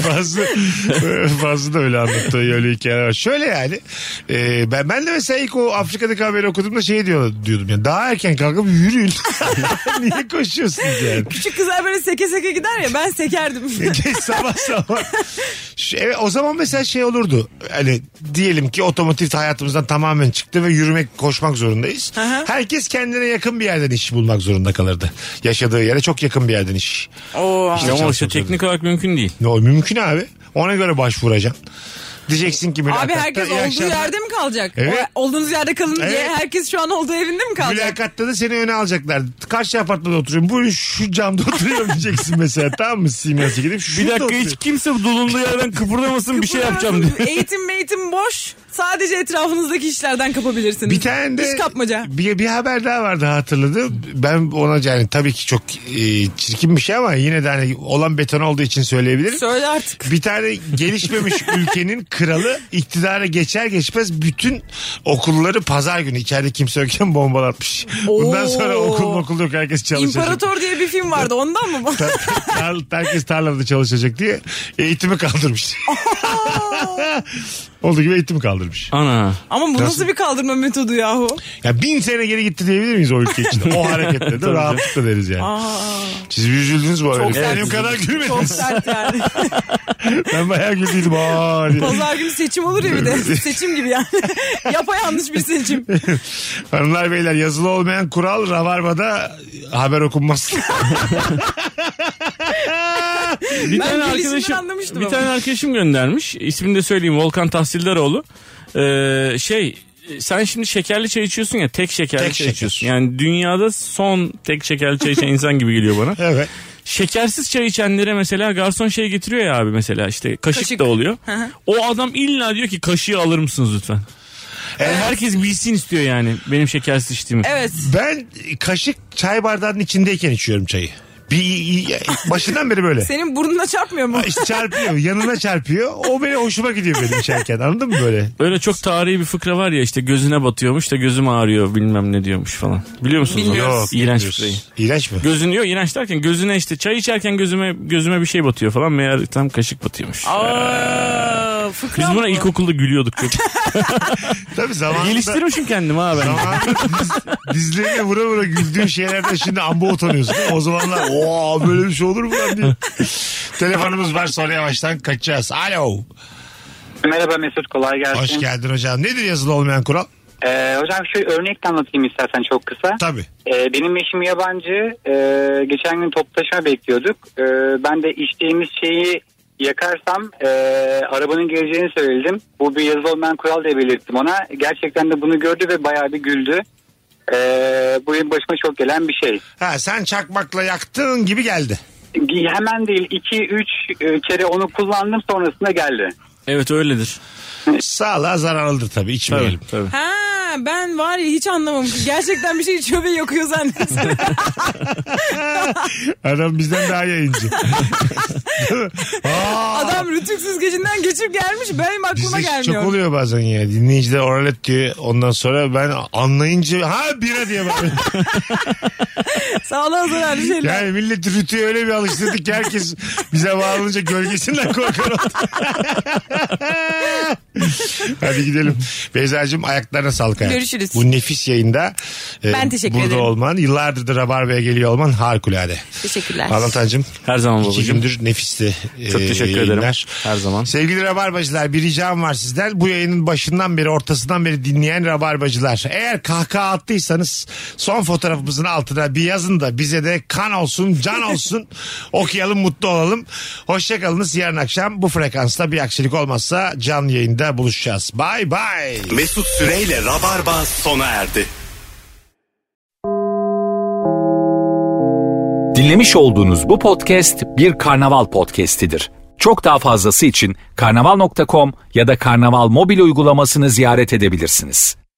Speaker 3: Fazla fazla da öyle anlattı öyle hikayeler var. Şöyle yani e, ben ben de mesela ilk o Afrika'daki haberi okuduğumda şey diyor, diyordum ya daha erken kalkıp yürüyün. [LAUGHS] Niye koşuyorsunuz yani?
Speaker 4: Küçük kızlar böyle seke seke gider ya ben [LAUGHS] sekerdim.
Speaker 3: [LAUGHS] Geç sabah sabah. Şu- evet, o zaman mesela şey olurdu. Hani diyelim ki otomotiv hayatımızdan tamamen çıktı ve yürümek, koşmak zorundayız. Herkes kendine yakın bir yerden iş bulmak zorunda kalırdı. Yaşadığı yere çok yakın bir yerden iş.
Speaker 5: Oo.
Speaker 3: İşte
Speaker 5: ama işte
Speaker 3: çalışmak
Speaker 5: teknik olarak mümkün değil.
Speaker 3: Ne o mümkün abi. Ona göre başvuracaksın. Diyeceksin ki
Speaker 4: Abi
Speaker 3: mülakatta,
Speaker 4: herkes
Speaker 3: "İyi
Speaker 4: olduğu
Speaker 3: akşamlar."
Speaker 4: yerde mi kalacak?
Speaker 3: Evet.
Speaker 4: O- Olduğunuz yerde kalın diye
Speaker 3: Evet.
Speaker 4: herkes şu an olduğu evinde mi kalacak?
Speaker 3: Mülakatta da seni öne alacaklar. Karşı apartmanda oturuyorum. Buyurun şu camda oturuyorum [LAUGHS] diyeceksin mesela. Tamam mı? Sinyası gidip
Speaker 5: Bir
Speaker 3: şurada
Speaker 5: dakika hiç
Speaker 3: oturuyorum.
Speaker 5: kimse bulunduğu yerden kıpırdamasın bir şey yapacağım diye.
Speaker 4: eğitim eğitim boş. Sadece etrafınızdaki işlerden kapabilirsiniz.
Speaker 3: Bir tane de
Speaker 4: Hiç
Speaker 3: [LAUGHS]
Speaker 4: kapmaca.
Speaker 3: bir, bir haber daha vardı hatırladım. Ben ona yani tabii ki çok e, çirkin bir şey ama yine de hani olan beton olduğu için söyleyebilirim.
Speaker 4: Söyle artık.
Speaker 3: Bir tane
Speaker 4: [LAUGHS]
Speaker 3: gelişmemiş ülkenin kralı iktidara geçer geçmez bütün okulları pazar günü içeride kimse yokken bombalatmış. Bundan
Speaker 4: Oo.
Speaker 3: sonra okul okul yok herkes çalışacak.
Speaker 4: İmparator diye bir film vardı ondan mı bu?
Speaker 3: Tar- herkes tarlada çalışacak diye eğitimi
Speaker 4: [LAUGHS]
Speaker 3: kaldırmış. Olduğu gibi eğitimi kaldırmış.
Speaker 5: Ana.
Speaker 4: Ama bu nasıl, bir kaldırma metodu yahu?
Speaker 3: Ya bin sene geri gitti diyebilir miyiz o ülke için? O hareketle de
Speaker 5: Tabii
Speaker 3: rahatlıkla deriz yani.
Speaker 4: Aa,
Speaker 3: Siz bir üzüldünüz bu arada.
Speaker 4: çok sert.
Speaker 3: Benim kadar
Speaker 4: Çok
Speaker 3: gülmediniz.
Speaker 4: sert yani.
Speaker 3: ben bayağı güldüm. Aa diye.
Speaker 4: Pazar günü seçim olur ya bir de. Seçim gibi yani. [LAUGHS] Yapayalnız bir seçim.
Speaker 3: [LAUGHS] Hanımlar beyler yazılı olmayan kural Rabarba'da haber okunmaz. [LAUGHS]
Speaker 5: Bir tane
Speaker 4: gelişimden
Speaker 5: arkadaşım
Speaker 4: anlamıştım
Speaker 5: bir
Speaker 4: ama.
Speaker 5: tane arkadaşım göndermiş. İsmini de söyleyeyim Volkan Tahsildaroğlu. Ee, şey sen şimdi şekerli çay içiyorsun ya tek şekerli
Speaker 3: Tek
Speaker 5: çay
Speaker 3: şeker.
Speaker 5: içiyorsun. Yani dünyada son tek şekerli çay içen insan gibi
Speaker 3: [LAUGHS]
Speaker 5: geliyor bana.
Speaker 3: evet.
Speaker 5: Şekersiz çay içenlere mesela garson şey getiriyor ya abi mesela işte kaşık,
Speaker 4: Kaşık.
Speaker 5: da oluyor.
Speaker 4: Hı hı.
Speaker 5: o adam illa diyor ki kaşığı alır mısınız lütfen. Yani Herkes bilsin istiyor yani benim şekersiz içtiğimi.
Speaker 4: Evet.
Speaker 3: Ben kaşık çay bardağının içindeyken içiyorum çayı. Bir başından beri böyle.
Speaker 4: Senin burnuna çarpmıyor mu?
Speaker 3: İşte çarpıyor yanına çarpıyor. O beni hoşuma gidiyor benim içerken anladın mı böyle?
Speaker 5: Öyle çok tarihi bir fıkra var ya işte gözüne batıyormuş da gözüm ağrıyor bilmem ne diyormuş falan. Biliyor musunuz? onu?
Speaker 3: Yok.
Speaker 5: İğrenç
Speaker 3: bilmiyoruz.
Speaker 5: fıkrayı.
Speaker 3: İğrenç mi?
Speaker 5: Gözün yok iğrenç derken gözüne işte çay içerken gözüme gözüme bir şey batıyor falan meğer tam kaşık batıyormuş.
Speaker 4: Aa,
Speaker 5: Biz
Speaker 4: fıkra
Speaker 5: buna
Speaker 4: mı?
Speaker 5: ilkokulda gülüyorduk. çok.
Speaker 3: Tabii zamanında.
Speaker 5: Geliştirmişim kendimi ha ben.
Speaker 3: zamanında diz- dizlerine vura vura güldüğün şeylerde şimdi amba utanıyorsun. değil mi? O zamanlar ooo böyle bir şey olur mu lan diye. Telefonumuz var sonra yavaştan kaçacağız. Alo.
Speaker 14: Merhaba Mesut kolay gelsin.
Speaker 3: Hoş geldin hocam. Nedir yazılı olmayan kural?
Speaker 14: Ee, hocam şu örnek de anlatayım istersen çok kısa.
Speaker 3: Tabii.
Speaker 14: Ee, benim eşim yabancı. Ee, geçen gün top taşıma bekliyorduk. Ee, ben de içtiğimiz şeyi yakarsam ee, arabanın geleceğini söyledim. Bu bir yazılı olmayan kural diye belirttim ona. Gerçekten de bunu gördü ve bayağı bir güldü. Ee, bu benim başıma çok gelen bir şey.
Speaker 3: Ha, sen çakmakla yaktığın gibi geldi.
Speaker 14: Hemen değil 2-3 kere onu kullandım sonrasında geldi.
Speaker 5: Evet öyledir.
Speaker 3: Sağlığa zararlıdır tabii içmeyelim.
Speaker 5: Tabii.
Speaker 4: Ha ben var ya hiç anlamamışım. Gerçekten bir şey içiyor ve
Speaker 3: [LAUGHS]
Speaker 4: yakıyor zannediyorum.
Speaker 3: Adam bizden daha yayıncı. Değil mi? Aa,
Speaker 4: Adam rütüksüz gecinden geçip gelmiş. Benim aklıma
Speaker 3: Bizde
Speaker 4: gelmiyor.
Speaker 3: çok oluyor bazen ya. Dinleyiciler oralet diyor. Ondan sonra ben anlayınca ha bira diye bağırıyorum.
Speaker 4: Sağlığa şey zararlı şeyler.
Speaker 3: Yani millet rütüye öyle bir alıştırdık ki herkes bize bağlanınca gölgesinden korkar oldu.
Speaker 4: [LAUGHS]
Speaker 3: Hadi gidelim. Beyza'cığım ayaklarına sağlık. hayatım.
Speaker 4: Görüşürüz.
Speaker 3: Bu nefis yayında e,
Speaker 4: Ben teşekkür
Speaker 3: burada
Speaker 4: ederim.
Speaker 3: olman, yıllardır da Rabarba'ya geliyor olman harikulade.
Speaker 4: Teşekkürler.
Speaker 3: Anlatancığım.
Speaker 5: Her zaman
Speaker 3: İki
Speaker 5: babacığım.
Speaker 3: gündür nefisti.
Speaker 5: Çok teşekkür ederim. Her zaman.
Speaker 3: e, Sevgili Rabarbacılar bir ricam var sizden. Bu yayının başından beri ortasından beri dinleyen Rabarbacılar. Eğer kahkaha attıysanız son fotoğrafımızın altına bir yazın da bize de kan olsun can
Speaker 5: [LAUGHS]
Speaker 3: olsun okuyalım mutlu olalım. Hoşçakalınız yarın akşam bu frekansta bir aksilik olmazsa canlı yayında buluşacağız. Bay bay.
Speaker 2: Mesut Süreyle Rabarba sona erdi.
Speaker 1: Dinlemiş olduğunuz bu podcast bir karnaval podcastidir. Çok daha fazlası için karnaval.com ya da karnaval mobil uygulamasını ziyaret edebilirsiniz.